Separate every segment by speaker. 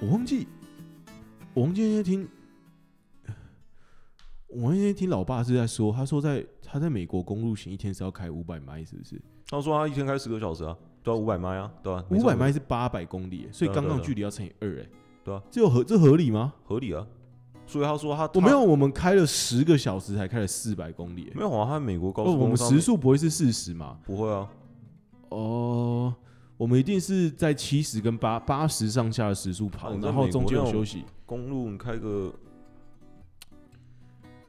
Speaker 1: 我忘记，我忘记那天听，我那天听老爸是在说，他说在他在美国公路行一天是要开五百迈，是不是？
Speaker 2: 他说他一天开十个小时啊，对啊，五百迈啊，对啊，没
Speaker 1: 五
Speaker 2: 错
Speaker 1: 百迈是八百公里耶，所以
Speaker 2: 对啊
Speaker 1: 刚
Speaker 2: 对啊
Speaker 1: 刚
Speaker 2: 对啊
Speaker 1: 距离要乘以二，哎，
Speaker 2: 对啊，
Speaker 1: 这有合这合理吗？
Speaker 2: 合理啊。所以他说他
Speaker 1: 我没有，我们开了十个小时才开了四百公里耶
Speaker 2: 他，没有啊，他美国高
Speaker 1: 哦，
Speaker 2: 速
Speaker 1: 我
Speaker 2: 公路
Speaker 1: 们
Speaker 2: 上
Speaker 1: 时速不会是四十嘛？
Speaker 2: 不会啊，
Speaker 1: 哦，我们一定是在七十跟八八十上下的时速
Speaker 2: 啊
Speaker 1: 跑，
Speaker 2: 你在
Speaker 1: 然后
Speaker 2: 美国
Speaker 1: 中间有
Speaker 2: 那种
Speaker 1: 休息。
Speaker 2: 公路你开个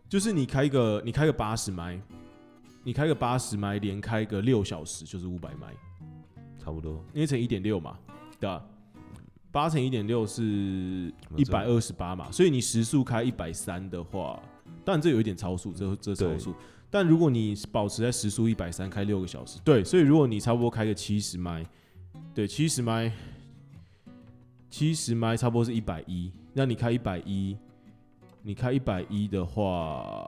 Speaker 1: 就是你开个你开个八十迈，你开个八十迈，连开个六小时就是五百迈，
Speaker 2: 差不多
Speaker 1: 因为乘一点六嘛，对吧、八乘一点六是一百二十八嘛，所以你时速开一百三的话，当然这有一点超速，这这超速。但如果你保持在时速一百三开六个小时，对，所以如果你差不多开个七十迈，对，七十迈，七十迈差不多是一百一，那你开一百一，你开一百一的话，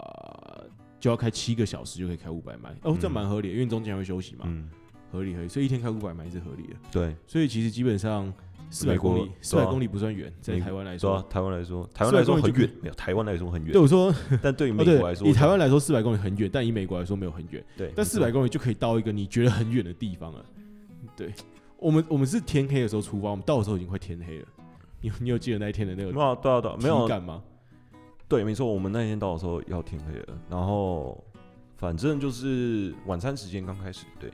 Speaker 1: 就要开七个小时就可以开五百迈，哦，这
Speaker 2: 嗯
Speaker 1: 蛮合理的，因为你中间还会休息嘛，
Speaker 2: 嗯，
Speaker 1: 合理合理，所以一天开五百迈是合理的。
Speaker 2: 对，
Speaker 1: 所以其实基本上四百
Speaker 2: 美国
Speaker 1: 公里，四
Speaker 2: 对
Speaker 1: 百
Speaker 2: 啊
Speaker 1: 公里不算远，在
Speaker 2: 美
Speaker 1: 台湾来
Speaker 2: 对
Speaker 1: 说
Speaker 2: 啊，，台湾来说，台湾来说
Speaker 1: 公里
Speaker 2: 很
Speaker 1: 就
Speaker 2: 远，没有台湾来说很
Speaker 1: 对
Speaker 2: 远，
Speaker 1: 我说，
Speaker 2: 但对于
Speaker 1: 哦
Speaker 2: 美
Speaker 1: 对
Speaker 2: 国来，说，嗯
Speaker 1: 以台湾来说四百公里很远，但以美国来说没有很远，
Speaker 2: 对，
Speaker 1: 但
Speaker 2: 没
Speaker 1: 四
Speaker 2: 错
Speaker 1: 百公里就可以到一个你觉得很远的地方了。对，我们我们是天黑的时候出发，我们到的时候已经快天黑了。你有你有记得那一天的那个
Speaker 2: 没有啊对啊对啊，没有
Speaker 1: 体
Speaker 2: 啊
Speaker 1: 感吗？
Speaker 2: 对，啊没错，我们那天到的时候要天黑了，然后反正就是晚餐时间刚开始，对，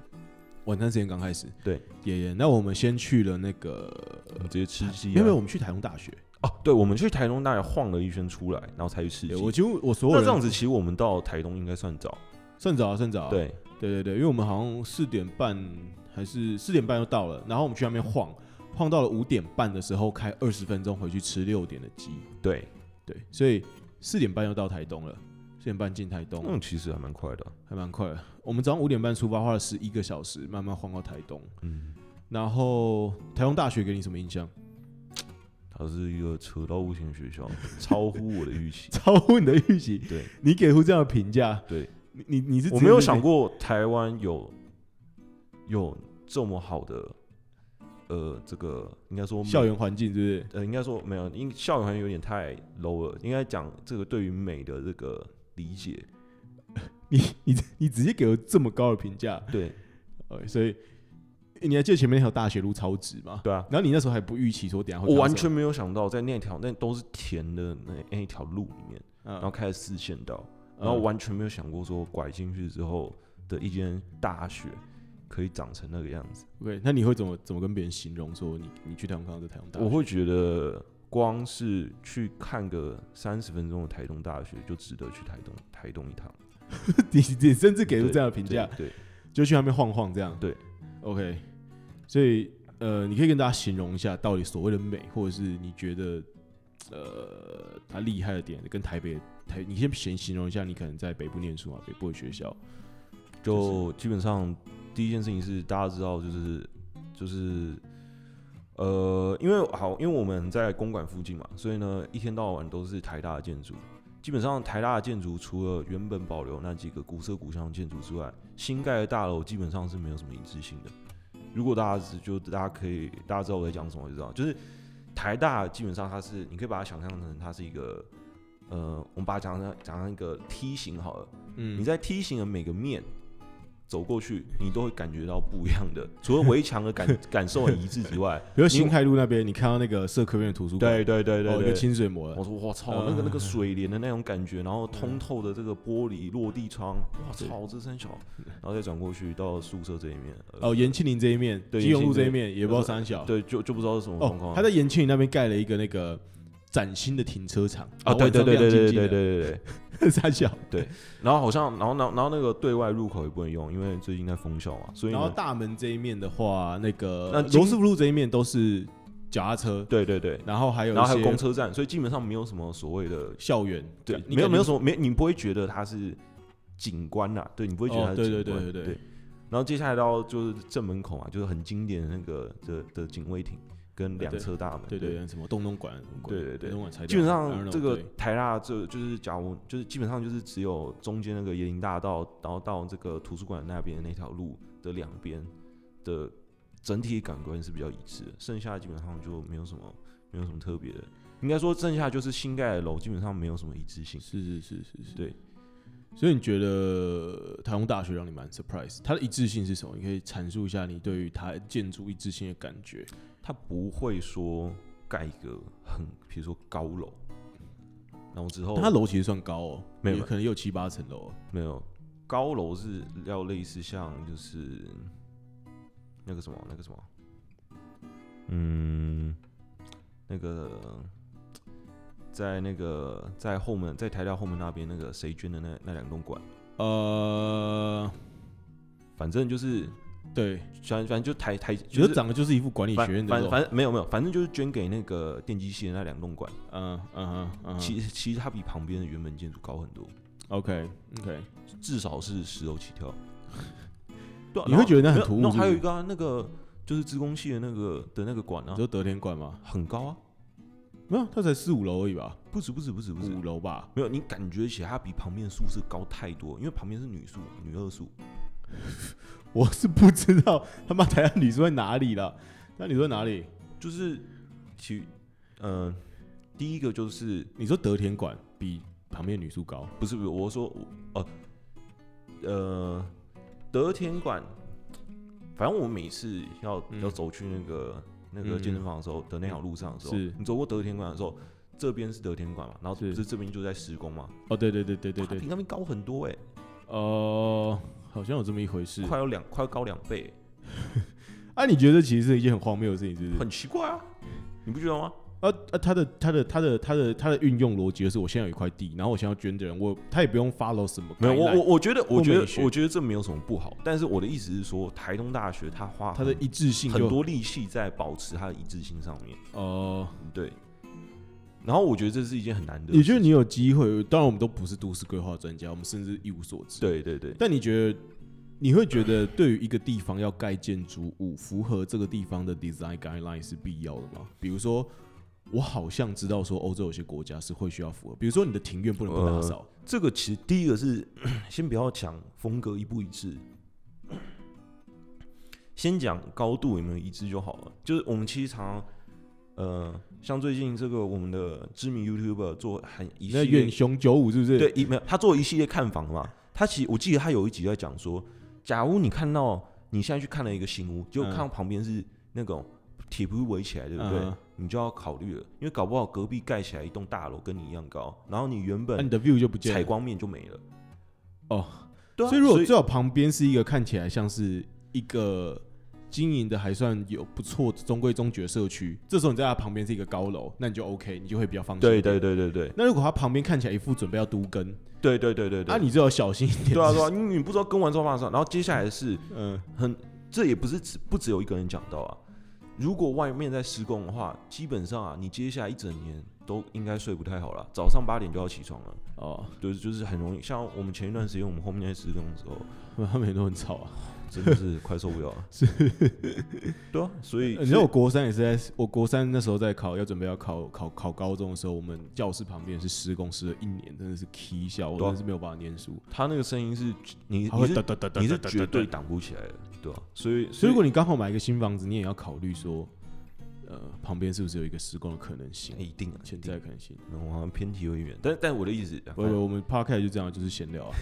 Speaker 1: 晚餐时间刚开始，
Speaker 2: 对，
Speaker 1: 爷爷，那我们先去了那个，
Speaker 2: 我们直接吃鸡、啊，
Speaker 1: 没有没有，我们去台东大学。
Speaker 2: 哦，对，我们去台东大学晃了一圈出来，然后才去吃
Speaker 1: 对
Speaker 2: 鸡。
Speaker 1: 我几乎我所有
Speaker 2: 那
Speaker 1: 人
Speaker 2: 这样子，其实我们到台东应该算早，
Speaker 1: 算早啊，算早啊。
Speaker 2: 对，
Speaker 1: 对对对，因为我们好像四点半还是四点半就到了，然后我们去那边晃，晃到了五点半的时候开二十分钟回去吃六点的鸡，
Speaker 2: 对，
Speaker 1: 对，所以四点半就到台东了，四点半进台东、
Speaker 2: 嗯，其实还蛮快的，
Speaker 1: 还蛮快的。我们早上五点半出发，花了十一个小时慢慢晃到台东。
Speaker 2: 嗯，
Speaker 1: 然后台东大学给你什么印象？，
Speaker 2: 它是一个扯到无情的学校，超乎我的预期
Speaker 1: 超乎你的预期，
Speaker 2: 对
Speaker 1: 你给出这样的评价，
Speaker 2: 对，
Speaker 1: 你你你是直
Speaker 2: 我
Speaker 1: 接
Speaker 2: 没有想过台湾有有这么好的，呃，这个应该说
Speaker 1: 校园环境，对不对？
Speaker 2: 呃，应该说没有，因校园好像有点太 low 了。应该讲这个对于美的这个理解，
Speaker 1: 你你你直接给我这么高的评价，
Speaker 2: 对
Speaker 1: 呃，所以你还记得前面那条大学路超直吗？
Speaker 2: 对啊，
Speaker 1: 然后你那时候还不预期说等一下会看
Speaker 2: 我
Speaker 1: 到
Speaker 2: 完
Speaker 1: 什
Speaker 2: 全没有想到在那条那都是田的那那一条路里面，
Speaker 1: 么，
Speaker 2: 然
Speaker 1: 然
Speaker 2: 后开了四线道，
Speaker 1: 嗯
Speaker 2: 然后完全没有想过说拐进去之后的一间大学可以长成那个样子。
Speaker 1: OK，那你会怎么怎么跟别人形容说你你去台湾看到这台湾大学？
Speaker 2: 我会觉得光是去看个三十分钟的台东大学就值得去台东台东一趟，
Speaker 1: 你你甚至给出这样的评
Speaker 2: 对
Speaker 1: 价，
Speaker 2: 对，
Speaker 1: 就去那边晃晃这样。
Speaker 2: 对
Speaker 1: ，OK，所以呃，你可以跟大家形容一下到底所谓的美，或者是你觉得呃它厉害的点，跟台北台，你先先形容一下你可能在北部念书啊，北部的学校，
Speaker 2: 就基本上第一件事情是大家知道，就是就是呃，因为好，因为我们在公馆附近嘛，所以呢，一天到晚都是台大的建筑。基本上台大的建筑除了原本保留那几个古色古香的建筑之外，新盖的大楼基本上是没有什么一致性的。如果大家知就大家可以大家知道我在讲什么就知道，就是台大基本上它是你可以把它想象成它是一个呃，我们把它讲成讲成一个呃梯形好了，
Speaker 1: 嗯
Speaker 2: 你在梯形的每个面走过去，你都会感觉到不一样的，除了围墙的 感感受很一致之 外，
Speaker 1: 比如新开路那边，你看到那个社科院的图书馆，
Speaker 2: 对对对
Speaker 1: 哦，一
Speaker 2: 对
Speaker 1: 个
Speaker 2: 对。
Speaker 1: 清水模
Speaker 2: 我
Speaker 1: 了，
Speaker 2: 说我操，那个那个水帘的那种感觉，然后通透的这个玻璃落地窗，我操，这三小，然后再转过去到宿舍这一面，呃
Speaker 1: 哦，延庆林这一面，
Speaker 2: 对
Speaker 1: 基隆路
Speaker 2: 延庆
Speaker 1: 这
Speaker 2: 这
Speaker 1: 一
Speaker 2: 一
Speaker 1: 面，也不知道三小，
Speaker 2: 对，就就不知道是什么状
Speaker 1: 哦
Speaker 2: 况，。
Speaker 1: 他在延庆那边盖了一个那个崭新的停车场
Speaker 2: 啊，对对对对对对对
Speaker 1: 对
Speaker 2: 对对，
Speaker 1: 对， 三小，
Speaker 2: 然后好像，然后然后然后那个对外入口也不能用，因为最近在封校嘛，所以
Speaker 1: 然后
Speaker 2: 呢，
Speaker 1: 大门这一面的话，那个
Speaker 2: 那
Speaker 1: 罗斯福路这一面都是脚踏车，
Speaker 2: 对对对，
Speaker 1: 然后还有
Speaker 2: 然后还
Speaker 1: 一
Speaker 2: 有
Speaker 1: 些
Speaker 2: 公车站，所以基本上没有什么所谓的
Speaker 1: 校园，
Speaker 2: 对，
Speaker 1: 你
Speaker 2: 没有没有什
Speaker 1: 么
Speaker 2: 么没，你不会觉得它是景观呐、对你不会觉得它
Speaker 1: 哦
Speaker 2: 是
Speaker 1: 对对
Speaker 2: 景观，
Speaker 1: 对对对
Speaker 2: 然后接下来到就是正门口嘛，就是很经典的那个的的警卫亭跟两侧大门，
Speaker 1: 呃对对对什么洞洞馆，
Speaker 2: 对对对
Speaker 1: 洞洞馆拆掉，
Speaker 2: 基本
Speaker 1: I don't
Speaker 2: 上
Speaker 1: know，
Speaker 2: 这个
Speaker 1: 对
Speaker 2: 台大这就是假如就是基本上就是只有中间那个椰林大道，然后到这个图书馆那边那条路的两边的整体感官是比较一致的，剩下基本上就没有什么没有什么特别的。应该说，剩下就是新盖的楼基本上没有什么一致性。
Speaker 1: 是是是是是，
Speaker 2: 对。
Speaker 1: 所以你觉得台中大学让你蛮 surprise，它的一致性是什么？你可以阐述一下你对于它建筑一致性的感觉。
Speaker 2: 它不会说盖一个很，比如说高楼，然后之后
Speaker 1: 但它楼其实算高哦，
Speaker 2: 没有
Speaker 1: 也可能也有七八层楼哦。
Speaker 2: 没有高楼是要类似像就是那个什么那个什么，嗯，那个在那个在后门在台大后门那边那个谁捐的那那两栋馆，
Speaker 1: 哦呃，
Speaker 2: 反正就是
Speaker 1: 对，
Speaker 2: 反反正就台台
Speaker 1: 觉
Speaker 2: 就
Speaker 1: 得
Speaker 2: 是
Speaker 1: 长得就是一副管理
Speaker 2: 反
Speaker 1: 学院的
Speaker 2: 反
Speaker 1: 那种。
Speaker 2: 反正没有没有，反正就是捐给那个电机系的那两栋馆。
Speaker 1: 嗯嗯哼嗯
Speaker 2: 其
Speaker 1: 哼
Speaker 2: 实其实它比旁边的原本建筑高很多，
Speaker 1: ，OK
Speaker 2: 啊
Speaker 1: OK，
Speaker 2: 至少是十楼起跳。 对啊
Speaker 1: 你会觉得那很
Speaker 2: 然后
Speaker 1: 突兀是不
Speaker 2: 没有然后还有
Speaker 1: 是
Speaker 2: 一个啊，那个就是职工系的那个的那个馆
Speaker 1: 你
Speaker 2: 啊，
Speaker 1: 说德天馆吗？
Speaker 2: 很高啊，
Speaker 1: 没有，它才四五楼而已吧，
Speaker 2: 不止不止不止不止，
Speaker 1: 五楼吧。
Speaker 2: 没有，你感觉起来它比旁边的宿舍高太多，因为旁边是女宿女二宿，
Speaker 1: 我是不知道他妈台湾女生在哪里了，那你说哪里？
Speaker 2: 就是其嗯、呃，第一个就是
Speaker 1: 你说德天馆比旁边女宿高？
Speaker 2: 不是不是，我说我呃呃德天馆，反正我每次要、
Speaker 1: 嗯
Speaker 2: 要走去那个那个
Speaker 1: 嗯
Speaker 2: 健身房的时候的那条路上的时候，
Speaker 1: 是
Speaker 2: 你走过德天馆的时候，这边是德天馆嘛，然后
Speaker 1: 是
Speaker 2: 不是这边就在施工嘛，
Speaker 1: 哦，对对对对对
Speaker 2: 哇比
Speaker 1: 对，
Speaker 2: 那边高很多哎、
Speaker 1: 哦、好像有这么一回事。
Speaker 2: 快要两快要高两倍、
Speaker 1: 啊，你觉得其实是一件很荒谬的事情，是不是？
Speaker 2: 很奇怪啊，你不觉得吗？
Speaker 1: 啊啊，他的他的他的他的他的运用逻辑就是，我现在有一块地，然后我想要捐的人，我他也不用 follow 什么
Speaker 2: 没有，我
Speaker 1: guideline，
Speaker 2: 我我觉得我觉
Speaker 1: 或美学
Speaker 2: 得我觉得这没有什么不好，但是我的意思是说，台东大学它花
Speaker 1: 他的一致性
Speaker 2: 很
Speaker 1: 就
Speaker 2: 多力气在保持它的一致性上面，
Speaker 1: 哦、
Speaker 2: 对。然后我觉得这是一件很难得的事情，
Speaker 1: 你觉得你有机会？当然，我们都不是都市规划专家，我们甚至一无所知。，
Speaker 2: 对对对，
Speaker 1: 但你觉得你会觉得对于一个地方要盖建筑物，符合这个地方的 design guideline 是必要的吗？比如说，我好像知道说欧洲有些国家是会需要符合，比如说你的庭院不能不打扫，
Speaker 2: 这个其实第一个是先不要讲风格一不一致，先讲高度有没有一致就好了。就是我们其实常常呃，像最近这个我们的知名 YouTuber 做很一
Speaker 1: 那
Speaker 2: 系列
Speaker 1: 远雄九五是不是？
Speaker 2: 对，一没有，他做一系列看房嘛。他其实我记得他有一集在讲说，假如你看到你现在去看了一个新屋，就
Speaker 1: 嗯
Speaker 2: 看到旁边是那种铁皮屋围起来，对不对？
Speaker 1: 嗯
Speaker 2: 你就要考虑了，因为搞不好隔壁盖起来一栋大楼跟你一样高，然后你原
Speaker 1: 那、你
Speaker 2: 本
Speaker 1: 的 view 就不见
Speaker 2: 采
Speaker 1: 了。
Speaker 2: 光面就没了。
Speaker 1: 哦，
Speaker 2: 对啊，
Speaker 1: 所以如果最好旁边是一个看起来像是一个经营的还算有不错、中规中矩的社区，这时候你在它旁边是一个高楼，那你就 OK，你就会比较放心。
Speaker 2: 对对。对对对
Speaker 1: 那如果它旁边看起来一副准备要都跟，
Speaker 2: 对对对对
Speaker 1: 那、
Speaker 2: 对，
Speaker 1: 啊
Speaker 2: 啊
Speaker 1: 你就要小心一点。
Speaker 2: 对啊对啊，因为你不知道跟完之后发生什么，然后接下来是
Speaker 1: 嗯，
Speaker 2: 很，这也不是只不只有一个人讲到啊。如果外面在施工的话，基本上啊，你接下来一整年都应该睡不太好了。早上八点就要起床了，
Speaker 1: 哦，
Speaker 2: 对，就是很容易。像我们前一段时间，我们后面在施工的时候，
Speaker 1: 他们也都很吵啊。
Speaker 2: 真的是快受不了 了。是，对啊，所以
Speaker 1: 呃你知道我国三也是在，我国三那时候在考，要准备要考考考高中的时候，我们教室旁边是施工师了一年，真的是 k 笑，我
Speaker 2: 对啊
Speaker 1: 真的是没有办法念书。
Speaker 2: 他那个声音是你
Speaker 1: 它
Speaker 2: 你
Speaker 1: 会哒
Speaker 2: 是
Speaker 1: 哒哒哒
Speaker 2: 你是
Speaker 1: 哒哒
Speaker 2: 绝
Speaker 1: 哒
Speaker 2: 对挡不起来的，对啊，所以
Speaker 1: 所以
Speaker 2: 所
Speaker 1: 如
Speaker 2: 以
Speaker 1: 果你刚好买一个新房子，你也要考虑说，呃，旁边是不是有一个施工的可能性，
Speaker 2: 一定啊，
Speaker 1: 潜
Speaker 2: 一定
Speaker 1: 在的可能性。
Speaker 2: 嗯我好像偏题有点远，但但我的意思，
Speaker 1: 不不，我们 p o d c a s 就这样，就是闲聊 啊。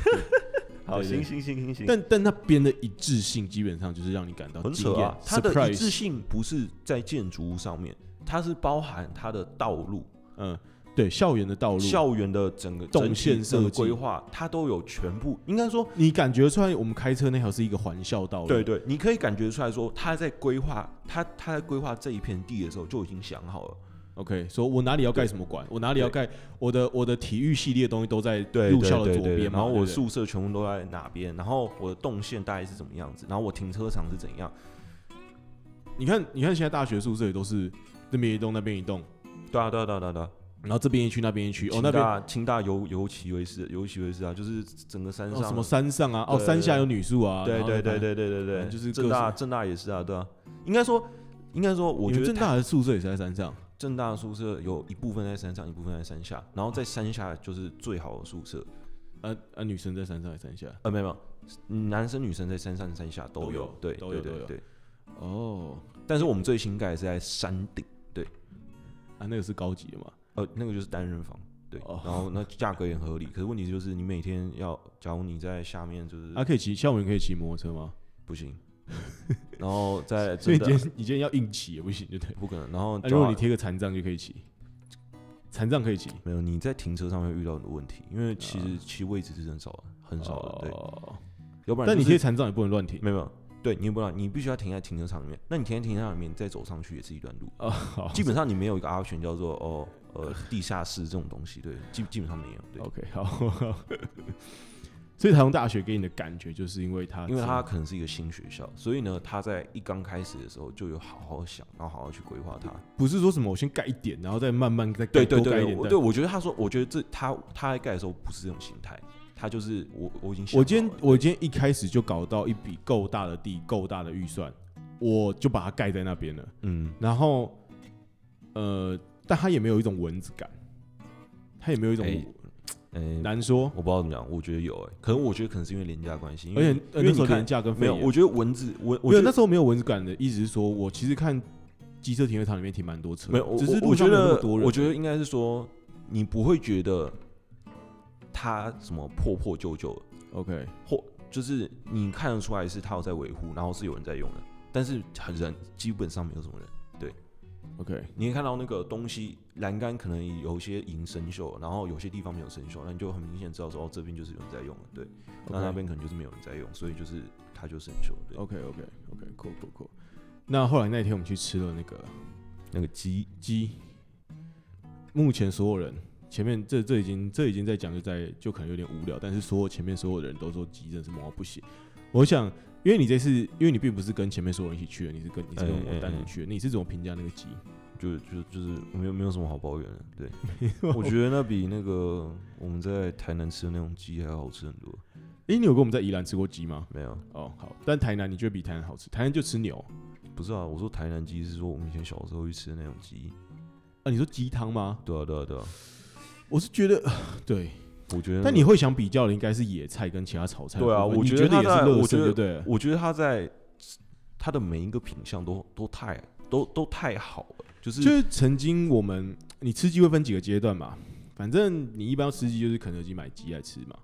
Speaker 2: 好，
Speaker 1: 对对
Speaker 2: 行行行行行，
Speaker 1: 但但那边的一致性基本上就是让你感到
Speaker 2: 很扯
Speaker 1: 惊艳
Speaker 2: 啊，它的一致
Speaker 1: surprise
Speaker 2: 性不是在建筑物上面，它是包含它的道路、
Speaker 1: 嗯，对，校园的道路，
Speaker 2: 校园的整个
Speaker 1: 动
Speaker 2: 整体
Speaker 1: 线
Speaker 2: 整个
Speaker 1: 设计
Speaker 2: 规划，它都有全部。应该说，
Speaker 1: 你感觉出来，我们开车那条是一个环校道路。
Speaker 2: 对对，你可以感觉出来说，它在规划它它在规划这一片地的时候就已经想好了。
Speaker 1: OK，说我哪里要盖什么馆，我哪里要盖我的我的体育系列的东西都在入校的左边嘛，
Speaker 2: 然后
Speaker 1: 对
Speaker 2: 我
Speaker 1: 不对
Speaker 2: 宿舍全部都在哪边，然后我的动线大概是怎么样子，然后我停车场是怎样，
Speaker 1: 你看你看现在大学宿舍也都是那边一栋那边一栋，
Speaker 2: 对啊对啊对啊对啊对啊。
Speaker 1: 然后这边一区那边一区，哦
Speaker 2: 清
Speaker 1: 那边
Speaker 2: 大清大尤尤其为是尤其为是啊，就是整个山
Speaker 1: 哦
Speaker 2: 上
Speaker 1: 什么山上啊，哦
Speaker 2: 对
Speaker 1: 山下有女宿啊，
Speaker 2: 对
Speaker 1: 然后
Speaker 2: 对对
Speaker 1: 反正
Speaker 2: 对对对对，
Speaker 1: 正就是
Speaker 2: 正
Speaker 1: 各
Speaker 2: 大
Speaker 1: 式
Speaker 2: 正大也是啊，对啊，应该说应该说，我
Speaker 1: 你
Speaker 2: 觉
Speaker 1: 们
Speaker 2: 得
Speaker 1: 正
Speaker 2: 台
Speaker 1: 大的宿舍也是在山上，
Speaker 2: 正大的宿舍有一部分在山上，一部分在山下，然后在山下就是最好的宿舍，
Speaker 1: 啊啊女生在山上还是山下？
Speaker 2: 呃，没有没有，男生女生在山上山下都
Speaker 1: 都有
Speaker 2: 对
Speaker 1: 都
Speaker 2: 对
Speaker 1: 有都
Speaker 2: 对
Speaker 1: 有
Speaker 2: 对，
Speaker 1: 哦，
Speaker 2: 但是我们最新盖的是在山顶，
Speaker 1: 啊，那个是高级的嘛？
Speaker 2: 呃，那个就是单人房，对，
Speaker 1: 哦
Speaker 2: 然后那价格也很合理。可是问题就是你每天要，假如你在下面就是、
Speaker 1: 啊，可以骑，像我们可以骑摩托车吗？
Speaker 2: 不行，然后再
Speaker 1: 所以
Speaker 2: 真
Speaker 1: 你今天你
Speaker 2: 的啊
Speaker 1: 今天要硬骑也不行，对 不对？
Speaker 2: 不可能，然后、
Speaker 1: 啊、如果你贴个残障就可以骑，残障可以骑，
Speaker 2: 没有你在停车上面会遇到很多问题，因为其实其实位置是很少的，很少的，对，
Speaker 1: 啊哦
Speaker 2: 要不然、
Speaker 1: 但
Speaker 2: 就
Speaker 1: 你
Speaker 2: 是
Speaker 1: 贴残障也不能乱停
Speaker 2: 没有没有，对你也不知道，你必须要停在停车场里面。那你停在停车场里面，你再走上去也是一段路。
Speaker 1: 哦，嗯好
Speaker 2: 基本上你没有一个 option 叫做哦呃地下室这种东西，对，基基本上没有，对，
Speaker 1: ，OK，好。所以台东大学给你的感觉，就是因为它，
Speaker 2: 因为它可能是一个新学校，所以呢，它在一刚开始的时候就有好好想，然后好好去规划它。
Speaker 1: 不是说什么我先盖一点，然后再慢慢再盖
Speaker 2: 对对
Speaker 1: 多盖一
Speaker 2: 对，
Speaker 1: 点
Speaker 2: 我
Speaker 1: 再
Speaker 2: 对我觉得他说，我觉得这他他在盖的时候不是这种心态，他就是我我已经想
Speaker 1: 我今天
Speaker 2: 好了
Speaker 1: 我今天一开始就搞到一笔够大的地，够大的预算，我就把它盖在那边了。
Speaker 2: 嗯
Speaker 1: 然后，呃，但它也没有一种蚊子感，它也没有一种、
Speaker 2: 哎哎、
Speaker 1: 难说，
Speaker 2: 我不知道怎么讲，我觉得有哎、可能我觉得可能是因为廉价关系，因
Speaker 1: 而
Speaker 2: 为
Speaker 1: 且呃那
Speaker 2: 因为
Speaker 1: 时候廉
Speaker 2: 你看
Speaker 1: 价跟
Speaker 2: 没
Speaker 1: 费
Speaker 2: 有，
Speaker 1: 用，
Speaker 2: 我觉得文字我我
Speaker 1: 没
Speaker 2: 觉
Speaker 1: 有
Speaker 2: 得
Speaker 1: 那时候没有蚊子感的意思是说我其实看机车停车场里面停蛮多车的，
Speaker 2: 没有，我
Speaker 1: 只是
Speaker 2: 我
Speaker 1: 路
Speaker 2: 我
Speaker 1: 上
Speaker 2: 觉
Speaker 1: 没有那
Speaker 2: 得
Speaker 1: 么多人，啊
Speaker 2: 我觉得应该是说你不会觉得他什么破破旧旧的，
Speaker 1: OK，
Speaker 2: 或就是你看得出来是他有在维护，然后是有人在用的，但是很人基本上没有什么人。
Speaker 1: OK，
Speaker 2: 你可以看到那个东西栏杆可能有些已经生锈，然后有些地方没有生锈，那你就很明显知道说哦，这边就是有人在用了，对，那那边可能就是没有人在用，所以就是它就生锈，对，
Speaker 1: OK OK OK cool cool cool。那后来那天我们去吃了那个
Speaker 2: 那个鸡
Speaker 1: 鸡，目前所有人前面这这已经这已经在讲就在就可能有点无聊，但是所有前面所有的人都说鸡真的是猛到不行。我想，因为你这次因为你并不是跟前面所有人一起去的，你是跟你是跟
Speaker 2: 哎哎
Speaker 1: 我单独
Speaker 2: 哎
Speaker 1: 去的，你是怎么评价那个鸡？
Speaker 2: 就就就是没有没有什么好抱怨的， 对，我觉得那比那个我们在台南吃的那种鸡还要好吃很多。
Speaker 1: 诶，你有跟我们在宜兰吃过鸡吗？
Speaker 2: 没有，
Speaker 1: 哦，好，但台南你觉得比台南好吃？台南就吃牛
Speaker 2: 不是啊，我说台南鸡是说我们以前小时候去吃的那种鸡。
Speaker 1: 啊？你说鸡汤吗？
Speaker 2: 对啊，对啊，对啊，
Speaker 1: 我是觉 得，对，
Speaker 2: 我觉得那个。
Speaker 1: 但你会想比较的应该是野菜跟其他炒菜的部
Speaker 2: 对啊
Speaker 1: 分。
Speaker 2: 我
Speaker 1: 你
Speaker 2: 觉
Speaker 1: 觉
Speaker 2: 得
Speaker 1: 也
Speaker 2: 它在
Speaker 1: 是乐
Speaker 2: 我觉
Speaker 1: 色，
Speaker 2: 得
Speaker 1: 就对了。
Speaker 2: 我觉得他在他的每一个品相都都太都都太好了，就是
Speaker 1: 就是曾经我们，你吃鸡会分几个阶段嘛？反正你一般要吃鸡就是肯德基买鸡来吃嘛。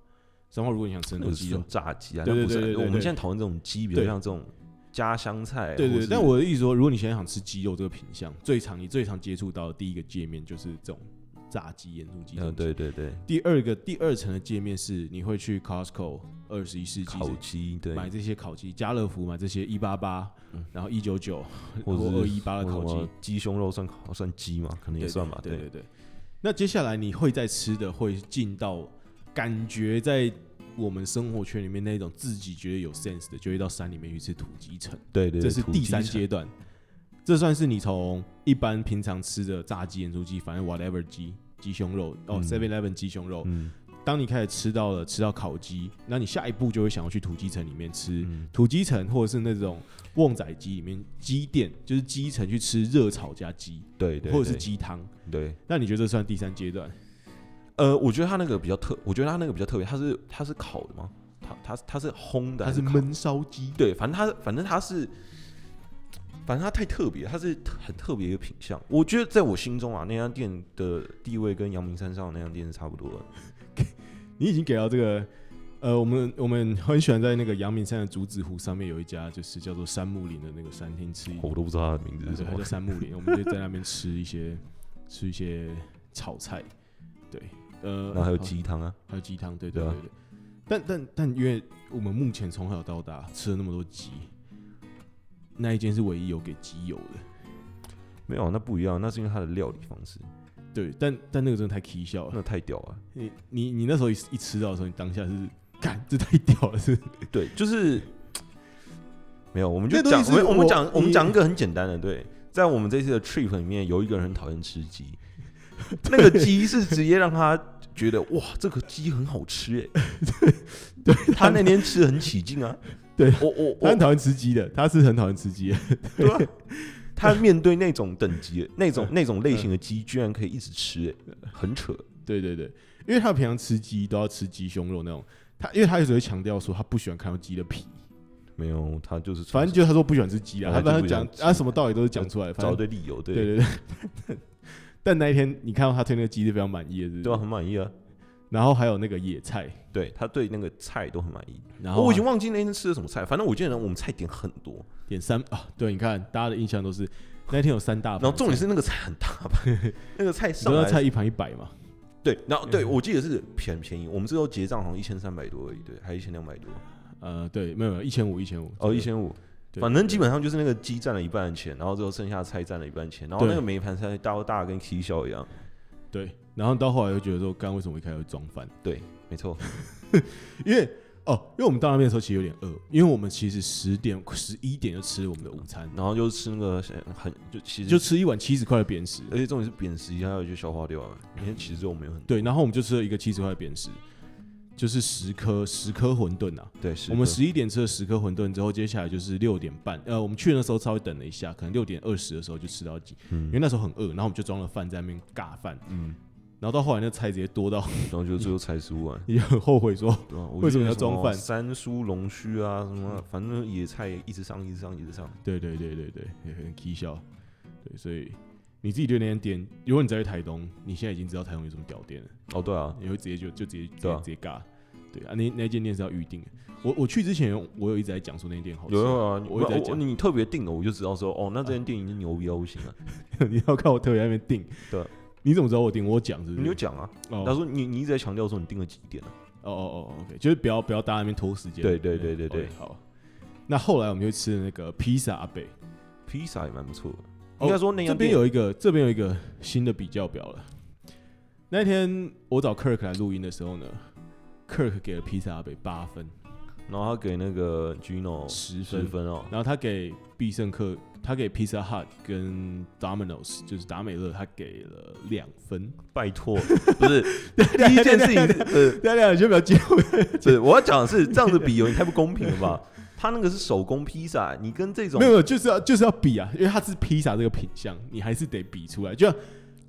Speaker 1: 然后如果你想吃
Speaker 2: 那
Speaker 1: 那个
Speaker 2: 个
Speaker 1: 鸡
Speaker 2: 是
Speaker 1: 肉
Speaker 2: 种，炸鸡啊，
Speaker 1: 对
Speaker 2: 那
Speaker 1: 对
Speaker 2: 不是
Speaker 1: 对对对
Speaker 2: 我们
Speaker 1: 对
Speaker 2: 现在讨论这种鸡，比如
Speaker 1: 对
Speaker 2: 像这种加香菜，啊
Speaker 1: 对
Speaker 2: 或
Speaker 1: 对。
Speaker 2: 是
Speaker 1: 但我的意思说，如果你现在想吃鸡肉这个品相，最常你最常接触到的第一个界面就是这种炸鸡、盐酥鸡这
Speaker 2: 呃，
Speaker 1: 种。
Speaker 2: 对。对对，
Speaker 1: 第二个第二层的界面是你会去 Costco、二十一世纪
Speaker 2: 烤鸡对，
Speaker 1: 买这些烤鸡，家乐福买这些一八八
Speaker 2: 嗯，
Speaker 1: 然后一九九，
Speaker 2: 或
Speaker 1: 然后
Speaker 2: 者是
Speaker 1: 二一八的
Speaker 2: 或
Speaker 1: 烤
Speaker 2: 什
Speaker 1: 鸡
Speaker 2: 么，鸡胸肉算烤哦算鸡嘛，可能也
Speaker 1: 对
Speaker 2: 算吧，
Speaker 1: 对对对。那接下来你会在吃的会进到感觉在我们生活圈里面那种自己觉得有 sense 的，就会到山里面去吃土鸡城，
Speaker 2: 对对，
Speaker 1: 这是
Speaker 2: 土
Speaker 1: 第
Speaker 2: 鸡
Speaker 1: 三
Speaker 2: 城
Speaker 1: 阶段。这算是你从一般平常吃的炸鸡、盐酥鸡，反正 whatever 鸡、鸡胸肉哦
Speaker 2: 嗯
Speaker 1: ，Seven Eleven 鸡胸肉，
Speaker 2: 嗯
Speaker 1: 当你开始吃到了吃到烤鸡，那你下一步就会想要去土鸡城里面吃
Speaker 2: 嗯
Speaker 1: 土鸡城，或者是那种旺仔鸡里面鸡店，就是鸡城去吃热炒加鸡，
Speaker 2: 对对，
Speaker 1: 或者是
Speaker 2: 对
Speaker 1: 鸡汤。
Speaker 2: 对。
Speaker 1: 那你觉得这算第三阶段？
Speaker 2: 呃，我觉得它那个比较特，我觉得它那个比较特别，它是它是烤的吗？它它它是烘的，
Speaker 1: 它是
Speaker 2: 焖。
Speaker 1: 焖烧鸡，
Speaker 2: 对，反正它反正它是，反正它太特别，它是特很特别一个品相。我觉得在我心中啊，那家店的地位跟阳明山上的那家店是差不多的。
Speaker 1: 你已经给到这个。呃，我们我们很喜欢在那个阳明山的竹子湖上面有一家，就是叫做山木林的那个餐厅吃一，
Speaker 2: 我都不知道它的名字
Speaker 1: 对
Speaker 2: 是什
Speaker 1: 它
Speaker 2: 么
Speaker 1: 叫。山木林，我们就在那边吃一些 吃一些炒菜，对，呃，
Speaker 2: 然后还有
Speaker 1: 好
Speaker 2: 鸡汤啊，
Speaker 1: 还有鸡汤，对对
Speaker 2: 对
Speaker 1: 对
Speaker 2: 啊
Speaker 1: 对。但但但，因为我们目前从小到大吃了那么多鸡，那一间是唯一有给鸡油的。
Speaker 2: 没有，那不一样，那是因为它的料理方式，
Speaker 1: 对，但但那个真的太 k 笑了。
Speaker 2: 那太屌了。
Speaker 1: 你你你那时候一一吃到的时候，你当下是干，这太屌了，是
Speaker 2: 对，就是没有，我们就
Speaker 1: 这东
Speaker 2: 讲，
Speaker 1: 西
Speaker 2: 我们
Speaker 1: 是
Speaker 2: 我
Speaker 1: 我
Speaker 2: 们讲，我们
Speaker 1: 你
Speaker 2: 讲一个很简单的，对，在我们这次的 trip 里面，有一个人很讨厌吃 鸡，那个鸡是直接让他觉得哇，这个鸡很好吃 哎、对，他那天吃得很起劲啊，
Speaker 1: 对
Speaker 2: 我我
Speaker 1: 他很
Speaker 2: 我，
Speaker 1: 讨厌吃鸡的，他是很讨厌吃鸡的。
Speaker 2: 对啊，他面对那种等级的、那种那种类型的鸡，居然可以一直吃、哎，很扯。
Speaker 1: 对对对，因为他平常吃鸡都要吃鸡胸肉那种，他因为他一直会强调说他不喜欢看到鸡的皮，
Speaker 2: 没有，他就是
Speaker 1: 反正就是他说不喜欢吃鸡啦，
Speaker 2: 哦
Speaker 1: 他
Speaker 2: 他就
Speaker 1: 他
Speaker 2: 不喜欢
Speaker 1: 讲
Speaker 2: 吃
Speaker 1: 啊什么道理都是讲出来，反正
Speaker 2: 找一堆理由，对
Speaker 1: 对对对。 但那一天你看到他对那个鸡是非常满意的，是不是
Speaker 2: 对吧？很满意啊，
Speaker 1: 然后还有那个野菜，
Speaker 2: 对他对那个菜都很满意。
Speaker 1: 然后
Speaker 2: 哦
Speaker 1: 啊
Speaker 2: 我已经忘记那天吃了什么菜，反正我记得我们菜点很多，
Speaker 1: 点三啊，对，你看大家的印象都是那天有三大盘，
Speaker 2: 然后重点是那个菜很大 吧，那个菜
Speaker 1: 你
Speaker 2: 上
Speaker 1: 知道
Speaker 2: 来
Speaker 1: 菜嗯一盘一百嘛，
Speaker 2: 对，然后对我记得是便便宜，我们最后结账好像一千三百多而已，对，还一千两百多，
Speaker 1: 呃，对，没有没有一千五一千五
Speaker 2: 哦，一，千五，
Speaker 1: 对
Speaker 2: 反正基本上就是那个鸡占了一半的钱，然后之后剩下的菜占了一半的钱，然后
Speaker 1: 对
Speaker 2: 那个每一盘菜大到大跟 K 笑一样，
Speaker 1: 对，然后到后来就觉得说，刚为什么一开始会装饭？
Speaker 2: 对，没错，
Speaker 1: 因为哦，因为我们到那边的时候其实有点饿，因为我们其实十点十一点就吃了我们的午餐，
Speaker 2: 然后就吃那个很就其实
Speaker 1: 就吃一碗七十块的扁食，
Speaker 2: 而且重点是扁食，还有就消化掉啊，因为其实我没有很
Speaker 1: 对，然后我们就吃了一个七十块的扁食，就是十颗十颗馄饨啊。
Speaker 2: 对，是
Speaker 1: 我们十一点吃了十颗馄饨之后，接下来就是六点半，呃，我们去的时候稍微等了一下，可能六点二十的时候就吃到几，因为那时候很饿，然后我们就装了饭在那边尬饭，
Speaker 2: 嗯，
Speaker 1: 然后到后来那菜直接多到
Speaker 2: 然后就最后才十五碗。
Speaker 1: 也很后悔说，
Speaker 2: 对啊，我
Speaker 1: 为什
Speaker 2: 记
Speaker 1: 么
Speaker 2: 得
Speaker 1: 要
Speaker 2: 什
Speaker 1: 装
Speaker 2: 么
Speaker 1: 饭嗯
Speaker 2: 三叔龙须啊，什么反正野菜一直上，一直上，一直上。
Speaker 1: 对对对对对，也很蹊跷，对，所以你自己对那间店，如果你在台东，你现在已经知道台东有什么屌店了，
Speaker 2: 哦，对啊，
Speaker 1: 你会直接就就直接直接、
Speaker 2: 对啊
Speaker 1: 直接尬，对啊，那那间店是要预定的，我我去之前我有一直在讲说那间店好吃，
Speaker 2: 有啊，
Speaker 1: 哦我一直在
Speaker 2: 我
Speaker 1: 讲啊
Speaker 2: 你特别定了，我就知道说，哦，那这间店已经牛逼到不行了。
Speaker 1: 你要看我特别在那边订，
Speaker 2: 对啊
Speaker 1: 你怎么知道我订？我讲是不？
Speaker 2: 你就是讲啊，
Speaker 1: 哦
Speaker 2: 他说你你一直在强调说你定了几点啊了，
Speaker 1: 哦哦哦，OK，就是不要不要大家在那边拖时间。
Speaker 2: 对对对对对
Speaker 1: OK，好，那后来我们就吃了那个披萨阿贝，
Speaker 2: 披萨也蛮不错的。
Speaker 1: 哦
Speaker 2: 应该说那
Speaker 1: 这
Speaker 2: 家
Speaker 1: 边
Speaker 2: 店
Speaker 1: 有一个这边有一个新的比较表了。那天我找 Kirk 来录音的时候呢，Kirk 给了披萨阿贝八分，
Speaker 2: 然后他给那个 Gino
Speaker 1: 十
Speaker 2: 十
Speaker 1: 分，
Speaker 2: 分哦，
Speaker 1: 然后他给必胜客，他给 Pizza Hut 跟 Domino's 就是达美乐，他给了两 分。
Speaker 2: 拜托，不是 第一件事情是，
Speaker 1: 大家你先不要接我，
Speaker 2: 呃，不是我要讲的是这样子比有点太不公平了吧？他那个是手工披萨，你跟这种
Speaker 1: 没有，没有，就是要就是要比啊，因为它是披萨这个品相，你还是得比出来。就像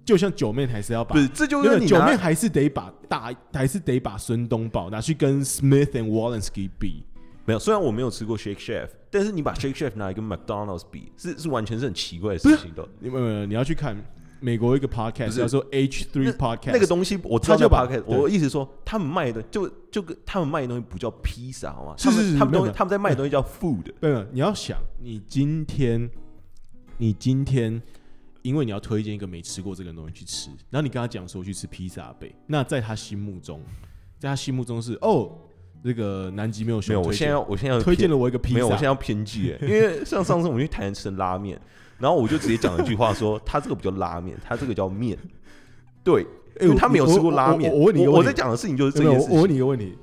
Speaker 1: 就像九妹还是要把
Speaker 2: 不，是这就
Speaker 1: 没有
Speaker 2: 是你
Speaker 1: 九妹
Speaker 2: 拿
Speaker 1: 还是得把大，还是得把孙东宝拿去跟 Smith and Walensky 比。
Speaker 2: 没有。虽然我没有吃过 Shake Chef，但是你把 Shake Chef 拿来跟 McDonald's 比，是是完全是很啊奇怪的事情的。
Speaker 1: 你们你要去看美国一个
Speaker 2: 不
Speaker 1: podcast
Speaker 2: 是
Speaker 1: 叫做 H Three Podcast，
Speaker 2: 那个东西我知道
Speaker 1: 他就
Speaker 2: 叫
Speaker 1: 把
Speaker 2: Pocket，
Speaker 1: 对
Speaker 2: 我意思说他们卖的就就跟他们卖的东西不叫披萨好吗？
Speaker 1: 是是是
Speaker 2: 他们他
Speaker 1: 没
Speaker 2: 们
Speaker 1: 有没
Speaker 2: 东西
Speaker 1: 有
Speaker 2: 他们在卖的东西叫 food。
Speaker 1: 没有，你要想，你今天你今天。因为你要推荐一个没吃过这个东西去吃，然后你跟他讲说去吃披萨贝，那在他心目中，在他心目中是哦，这个南极没有
Speaker 2: 没
Speaker 1: 熊
Speaker 2: 有，
Speaker 1: 推
Speaker 2: 我现
Speaker 1: 荐
Speaker 2: 在要我现在要
Speaker 1: 推荐
Speaker 2: 偏
Speaker 1: 了我一个披萨，
Speaker 2: 没有，我现在要偏激 了，因为像上次我们去台南吃的拉面，然后我就直接讲了一句话说，他这个不叫拉面，他这个叫面。对，因为他没有吃过拉面。
Speaker 1: 我我我我问你一个
Speaker 2: 哎我
Speaker 1: 问题
Speaker 2: 在讲的事情就是这
Speaker 1: 没有
Speaker 2: 件事
Speaker 1: 我
Speaker 2: 情。
Speaker 1: 我问你一个问题：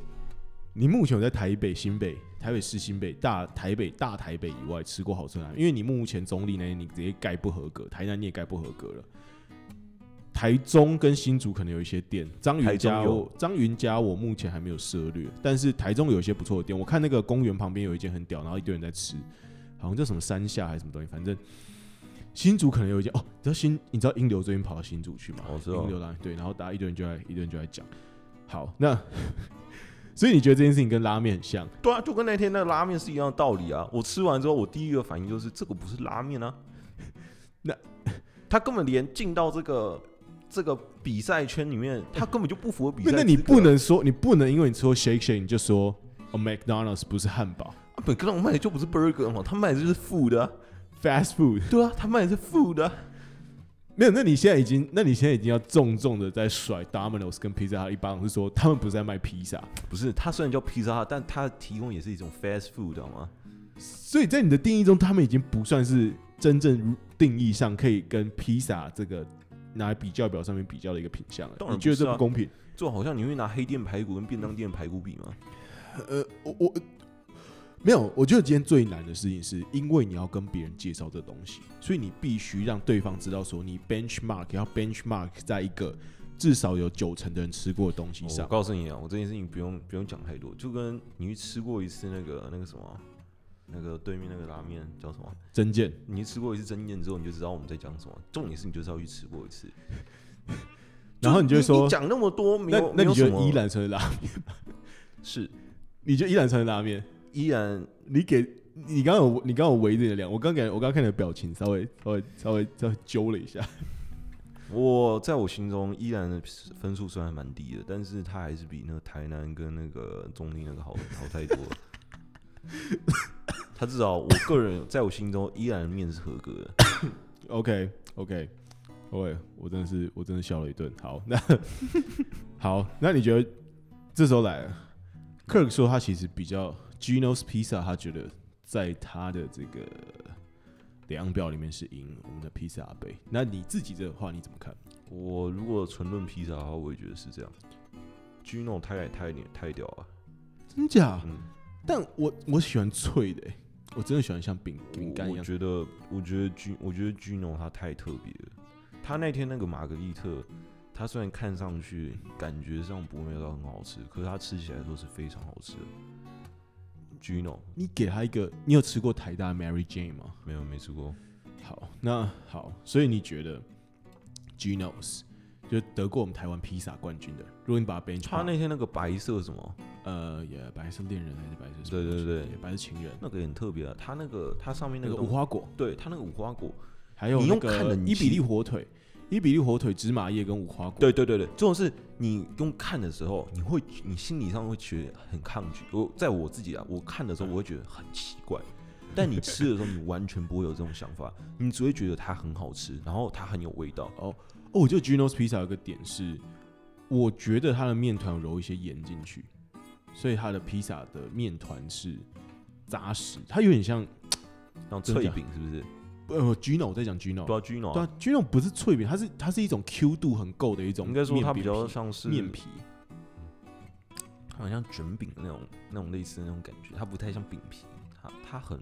Speaker 1: 你目前有在台北、新北、台北市、新北、大台北、大台北以外吃过好吃的拉面？因为你目前中立呢，你直接盖不合格，台南你也盖不合格了。台中跟新竹可能有一些店，张云
Speaker 2: 台中
Speaker 1: 家
Speaker 2: 有
Speaker 1: 我张云家我目前还没有涉略，但是台中有一些不错的店，我看那个公园旁边有一间很屌，然后一堆人在吃，好像叫什么山下还是什么东西，反正新竹可能有一间哦，你知道新你知道英流最近跑到新竹去吗？
Speaker 2: 我知道
Speaker 1: 英流拉面对，然后大家一堆人就在一堆人就在讲，好，那 所以你觉得这件事情跟拉面很像？
Speaker 2: 对啊，就跟那天那个拉面是一样的道理啊。我吃完之后，我第一个反应就是这个不是拉面啊。
Speaker 1: 那
Speaker 2: 他根本连进到这个这个比赛圈里面，他根本就不符合比赛
Speaker 1: 那
Speaker 2: 资格。
Speaker 1: 那你不能说你不能因为你吃过 Shake Shake 你就说哦 McDonald's 不是汉堡
Speaker 2: 啊本格朗卖的就不是 burger 嘛，他卖的就是 food 啊。
Speaker 1: ，fast food
Speaker 2: 对啊，他卖的是 food 啊。
Speaker 1: 没有？那你现在已经那你现在已经要重重的在甩 Domino's 跟 Pizza Hut 一巴掌，是说他们不是在卖披萨，
Speaker 2: 不是，它虽然叫披萨，但它提供也是一种 fast food，好吗？
Speaker 1: 所以在你的定义中，他们已经不算是真正定义上可以跟披萨这个拿来比较表上面比较的一个品相了。
Speaker 2: 当然
Speaker 1: 你觉得
Speaker 2: 不是
Speaker 1: 这
Speaker 2: 啊
Speaker 1: 不公平？
Speaker 2: 就好像你会拿黑店排骨跟便当店排骨比吗？
Speaker 1: 呃，我我没有，我觉得今天最难的事情是因为你要跟别人介绍这东西，所以你必须让对方知道说你 benchmark 要 benchmark 在一个至少有九成的人吃过的东西
Speaker 2: 我
Speaker 1: 上。
Speaker 2: 告诉你啊，我这件事情不用不用讲太多，就跟你去吃过一次那个那个什么，啊那个对面那个拉面叫什么？啊
Speaker 1: 真见，
Speaker 2: 你去吃过一次真面之后，你就知道我们在讲什么。重点是你就是要去吃过一次，
Speaker 1: 然后你就会说，
Speaker 2: 讲那么多没
Speaker 1: 那
Speaker 2: 有
Speaker 1: 那
Speaker 2: 没有
Speaker 1: 你觉
Speaker 2: 什
Speaker 1: 得
Speaker 2: 么
Speaker 1: 依然成的拉面？
Speaker 2: 是
Speaker 1: 你觉得依然成的拉面？
Speaker 2: 依然
Speaker 1: 你给你刚刚有你刚刚有围着你的两，我刚感觉我刚刚看你的表情稍微稍微稍微稍微揪了一下。
Speaker 2: 我在我心中依然分数虽然蛮低的，但是它还是比那个台南跟那个中立那个好好太 多了。他至少我个人在我心中依然面是合格的。
Speaker 1: OK OK OK，我真的是我真的笑了一顿。好， 那好，那你觉得这时候来了，Kirk 说他其实比较 Gino's Pizza，他觉得在他的这个量表里面是赢我们的披萨阿贝。那你自己这个话你怎么看？
Speaker 2: 我如果纯论披萨的话，我也觉得是这样。Gino 太太牛太屌了，
Speaker 1: 真假？
Speaker 2: 嗯，
Speaker 1: 但我我喜欢脆的、欸，我真的喜欢像饼饼干一
Speaker 2: 我
Speaker 1: 样。
Speaker 2: 觉得，我觉得 G，我觉得 Gino 他太特别了。他那天那个玛格丽特，他虽然看上去感觉上不会到很好吃，可是他吃起来说是非常好吃的。Gino
Speaker 1: 你给他一个，你有吃过台大 Mary Jane 吗？
Speaker 2: 没有没吃
Speaker 1: 啊
Speaker 2: 过，
Speaker 1: 好，那好，所以你觉得 Gino's 就得过我们台湾披萨冠军的，如果你把它 bench，
Speaker 2: 他那天那个白色什么，
Speaker 1: 呃也白色恋人还是白色什么
Speaker 2: 对对对
Speaker 1: 也白色情人，
Speaker 2: 那个也很特别啊。他那个他上面那
Speaker 1: 那
Speaker 2: 个
Speaker 1: 个
Speaker 2: 东
Speaker 1: 无
Speaker 2: 西，
Speaker 1: 花果，
Speaker 2: 对他那个五花果，
Speaker 1: 还有
Speaker 2: 你
Speaker 1: 那
Speaker 2: 用看
Speaker 1: 个
Speaker 2: 的你
Speaker 1: 伊比利
Speaker 2: 记
Speaker 1: 火腿，伊比利火腿、芝麻叶跟无花果，
Speaker 2: 对对对对，这种是你用看的时候，你会你心理上会觉得很抗拒。我在我自己啊，我看的时候我会觉得很奇 怪，但你吃的时候你完全不会有这种想法，你只会觉得它很好吃，然后它很有味道。
Speaker 1: 哦，我觉得 Gino's Pizza 有个点是，我觉得它的面团有揉一些盐进去，所以它的披萨的面团是扎实，它有点像
Speaker 2: 像
Speaker 1: 真的
Speaker 2: 脆
Speaker 1: 假的
Speaker 2: 饼是不是？
Speaker 1: 呃 Gino 我在讲 Gino，
Speaker 2: 哦对啊，Gino，
Speaker 1: 对
Speaker 2: 啊
Speaker 1: 啊，Gino 不是脆饼，它是它是一种 Q 度很够的一种
Speaker 2: 应
Speaker 1: 面
Speaker 2: 该
Speaker 1: 饼皮，
Speaker 2: 说它比较像是
Speaker 1: 面，皮，
Speaker 2: 它好像卷饼的那种那种类似的那种感觉，它不太像饼皮，它它很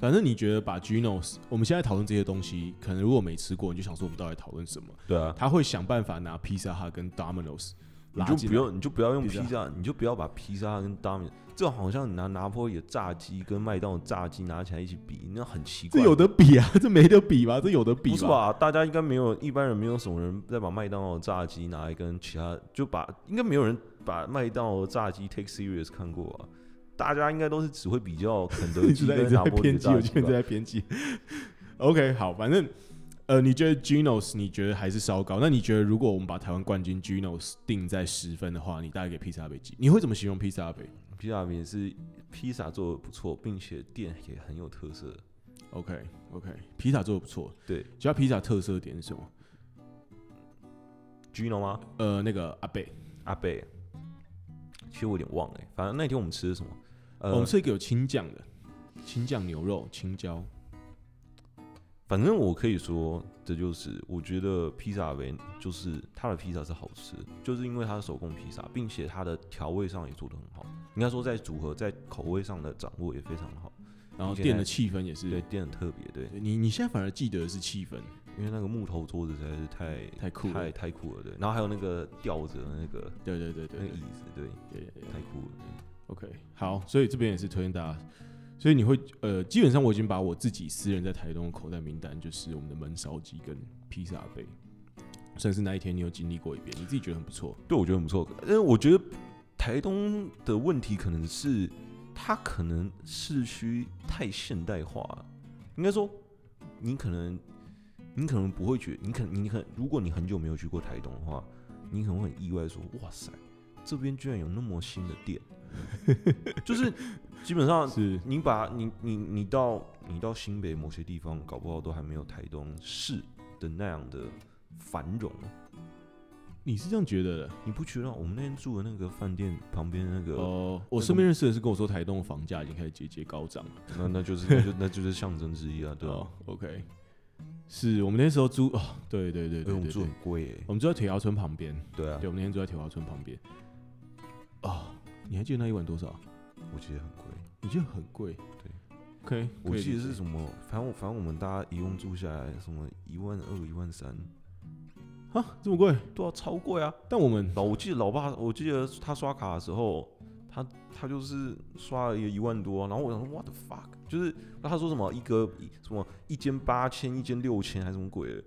Speaker 1: 反正你觉得把 Gino's，我们现在讨论这些东西，可能如果没吃过，你就想说我们到底讨论什么？
Speaker 2: 对啊。
Speaker 1: 他会想办法拿披萨哈跟 Domino's
Speaker 2: 你
Speaker 1: 拉
Speaker 2: 就
Speaker 1: 进
Speaker 2: 不
Speaker 1: 来。
Speaker 2: 用，你就不要用
Speaker 1: 披
Speaker 2: 披萨，你就不要把披萨跟大面，这好像你拿拿破里的炸鸡跟麦当劳炸鸡拿起来一起比，那很奇怪。
Speaker 1: 这有得比啊，这没得比吧？这有得比
Speaker 2: 不是啊吧？大家应该没有，一般人没有什么人在把麦当劳炸鸡拿来跟其他，就把应该没有人把麦当劳炸鸡 take serious 看过吧？大家应该都是只会比较肯德
Speaker 1: 你
Speaker 2: 基
Speaker 1: 是在你
Speaker 2: 跟
Speaker 1: 是
Speaker 2: 拿
Speaker 1: 在
Speaker 2: 破里
Speaker 1: 偏
Speaker 2: 的
Speaker 1: 激，
Speaker 2: 炸
Speaker 1: 我
Speaker 2: 鸡
Speaker 1: 觉得你
Speaker 2: 吧。
Speaker 1: 在偏激。OK，好，反正呃，你觉得 Gino's 你觉得还是稍高？那你觉得如果我们把台湾冠军 Gino's 定在十分的话，你大概给披萨贝几？你会怎么形容披萨贝
Speaker 2: 披萨也是披萨做的不错，并且店也很有特色。
Speaker 1: ？OK OK，披萨做的不错，
Speaker 2: 对
Speaker 1: 其他披萨特色点是什么？
Speaker 2: Gino 吗？
Speaker 1: 呃，那个阿贝，
Speaker 2: 阿贝，其实我有点忘了、反正那天我们吃的什么？呃，
Speaker 1: 我们是一个有青酱的，青酱牛肉、青椒。
Speaker 2: 反正我可以说，这就是我觉得披萨为就是它的披萨是好吃，就是因为它是手工披萨，并且它的调味上也做得很好，应该说在组合在口味上的掌握也非常好。
Speaker 1: 然后
Speaker 2: 你现在
Speaker 1: 店的气氛也是，
Speaker 2: 对，店很特别，对，
Speaker 1: 对你你现在反而记得的是气氛，
Speaker 2: 因为那个木头桌子实在是太
Speaker 1: 太酷了
Speaker 2: 太太酷了，对。然后还有那个吊着的那个
Speaker 1: 对对对对
Speaker 2: 那个
Speaker 1: 对
Speaker 2: 椅子，对，
Speaker 1: 对对对
Speaker 2: 太酷了。对
Speaker 1: OK，好，所以这边也是推荐大家，所以你会呃，基本上我已经把我自己私人在台东的口袋名单，就是我们的焖烧鸡跟披萨杯，算是那一天你有经历过一遍，你自己觉得很不错。
Speaker 2: 对，我觉得很不错。但是我觉得台东的问题可能是它可能市区太现代化了，应该说你可能你可能不会觉你可你可如果你很久没有去过台东的话，你可能会很意外说，哇塞，这边居然有那么新的店，就是基本上
Speaker 1: 是
Speaker 2: 你把你你你到你到新北某些地方，搞不好都还没有台东市的那样的繁荣啊。
Speaker 1: 你是这样觉得的？
Speaker 2: 你不觉得我们那天住的那个饭店旁边那个，
Speaker 1: 哦、我身边认识的是跟我说台东的房价已经开始节节高涨了。
Speaker 2: 那那就是那就那就是象征之一啊，对
Speaker 1: 哦
Speaker 2: 吧？
Speaker 1: ，OK，是我们那时候租哦，对对对
Speaker 2: 因
Speaker 1: 对
Speaker 2: 为哎我
Speaker 1: 对
Speaker 2: 们住
Speaker 1: 对
Speaker 2: 很，贵耶，
Speaker 1: 我们住在铁桥村旁边，
Speaker 2: 对啊
Speaker 1: 对，，我们那天住在铁桥村旁边。哦，你还记得那一晚多少？
Speaker 2: 我记得很贵，
Speaker 1: 你觉得很贵？
Speaker 2: 对
Speaker 1: ，OK，
Speaker 2: 我记得是
Speaker 1: 么？
Speaker 2: 什么，反正我反正我们大家一共住下来什么一万二、一万三，
Speaker 1: 啊，这么贵？
Speaker 2: 对啊，超贵啊！
Speaker 1: 但我们
Speaker 2: 老我记得老爸，我记得他刷卡的时候，他他就是刷了一个一万多啊、然后我想说 what the fuck，就是他说什么一个一什么一间八千，一间六千还是什么鬼的，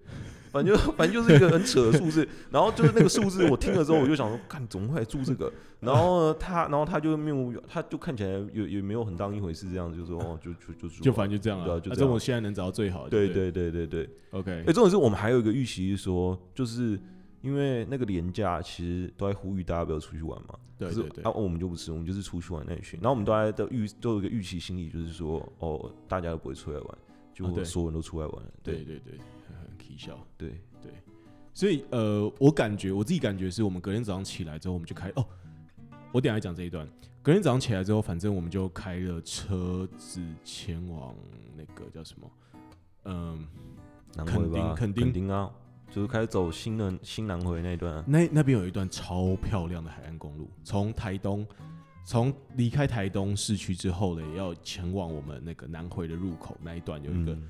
Speaker 2: 反正就反正就是一个很扯的数字，然后就是那个数字我听了之后我就想说，干怎么会来住这个？然后呢他然后他就面无他就看起来也也没有很当一回事，这样子就说哦就就就住
Speaker 1: 就
Speaker 2: 吧
Speaker 1: 反正就这样
Speaker 2: 对啊
Speaker 1: 了。
Speaker 2: 就
Speaker 1: 反
Speaker 2: 这样
Speaker 1: 正我现在能找到最好的就
Speaker 2: 对
Speaker 1: 了，
Speaker 2: 对对对对。
Speaker 1: ，OK
Speaker 2: 哎、。重点是我们还有一个预期是说，就是因为那个廉价其实都在呼吁大家不要出去玩嘛。
Speaker 1: 对
Speaker 2: 可是
Speaker 1: 对对
Speaker 2: 啊，我们就不是，我们就是出去玩那一群。然后我们大家的预都有一个预期心理，就是说，哦，大家都不会出来玩，
Speaker 1: 啊
Speaker 2: 就
Speaker 1: 对
Speaker 2: 所有人都出来玩了。
Speaker 1: 对对对，很奇效。
Speaker 2: 对
Speaker 1: 所以呃，我感觉我自己感觉是我们隔天早上起来之后，我们就开哦，我等一下来讲这一段。隔天早上起来之后，反正我们就开了车子前往那个叫什么，嗯，
Speaker 2: 南回吧，
Speaker 1: 垦丁垦丁
Speaker 2: 丁啊，就是开始走新的新南回那一段、啊。
Speaker 1: 那那边有一段超漂亮的海岸公路，从台东，从离开台东市区之后呢，也要前往我们那个南回的入口那一段有一个
Speaker 2: 嗯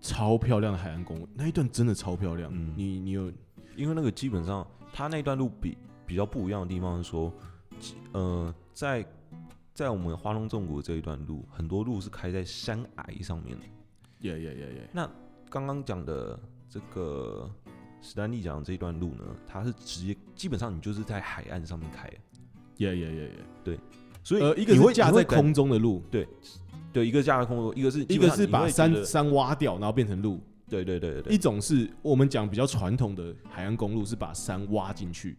Speaker 1: 超漂亮的海岸公路，那一段真的超漂亮。
Speaker 2: 嗯
Speaker 1: 你你有
Speaker 2: 因为那个基本上它那段路比比较不一样的地方是说，基呃，在在我们花东纵谷这一段路，很多路是开在山崖上面的。
Speaker 1: 耶耶耶耶，
Speaker 2: 刚刚讲的这个史丹利讲的这一段路呢，它是直接基本上你就是在海岸上面开的，
Speaker 1: 耶耶耶耶，
Speaker 2: 所以
Speaker 1: 呃，一个
Speaker 2: 你
Speaker 1: 是
Speaker 2: 会
Speaker 1: 架
Speaker 2: 你会
Speaker 1: 在
Speaker 2: 感
Speaker 1: 空中的路，
Speaker 2: 对，一个架在空中，一个是基
Speaker 1: 一
Speaker 2: 本
Speaker 1: 个
Speaker 2: 上
Speaker 1: 是
Speaker 2: 你
Speaker 1: 把
Speaker 2: 会觉
Speaker 1: 山
Speaker 2: 得
Speaker 1: 山挖掉，然后变成路；
Speaker 2: 对对对对对
Speaker 1: 一种是我们讲比较传统的海岸公路，是把山挖进去，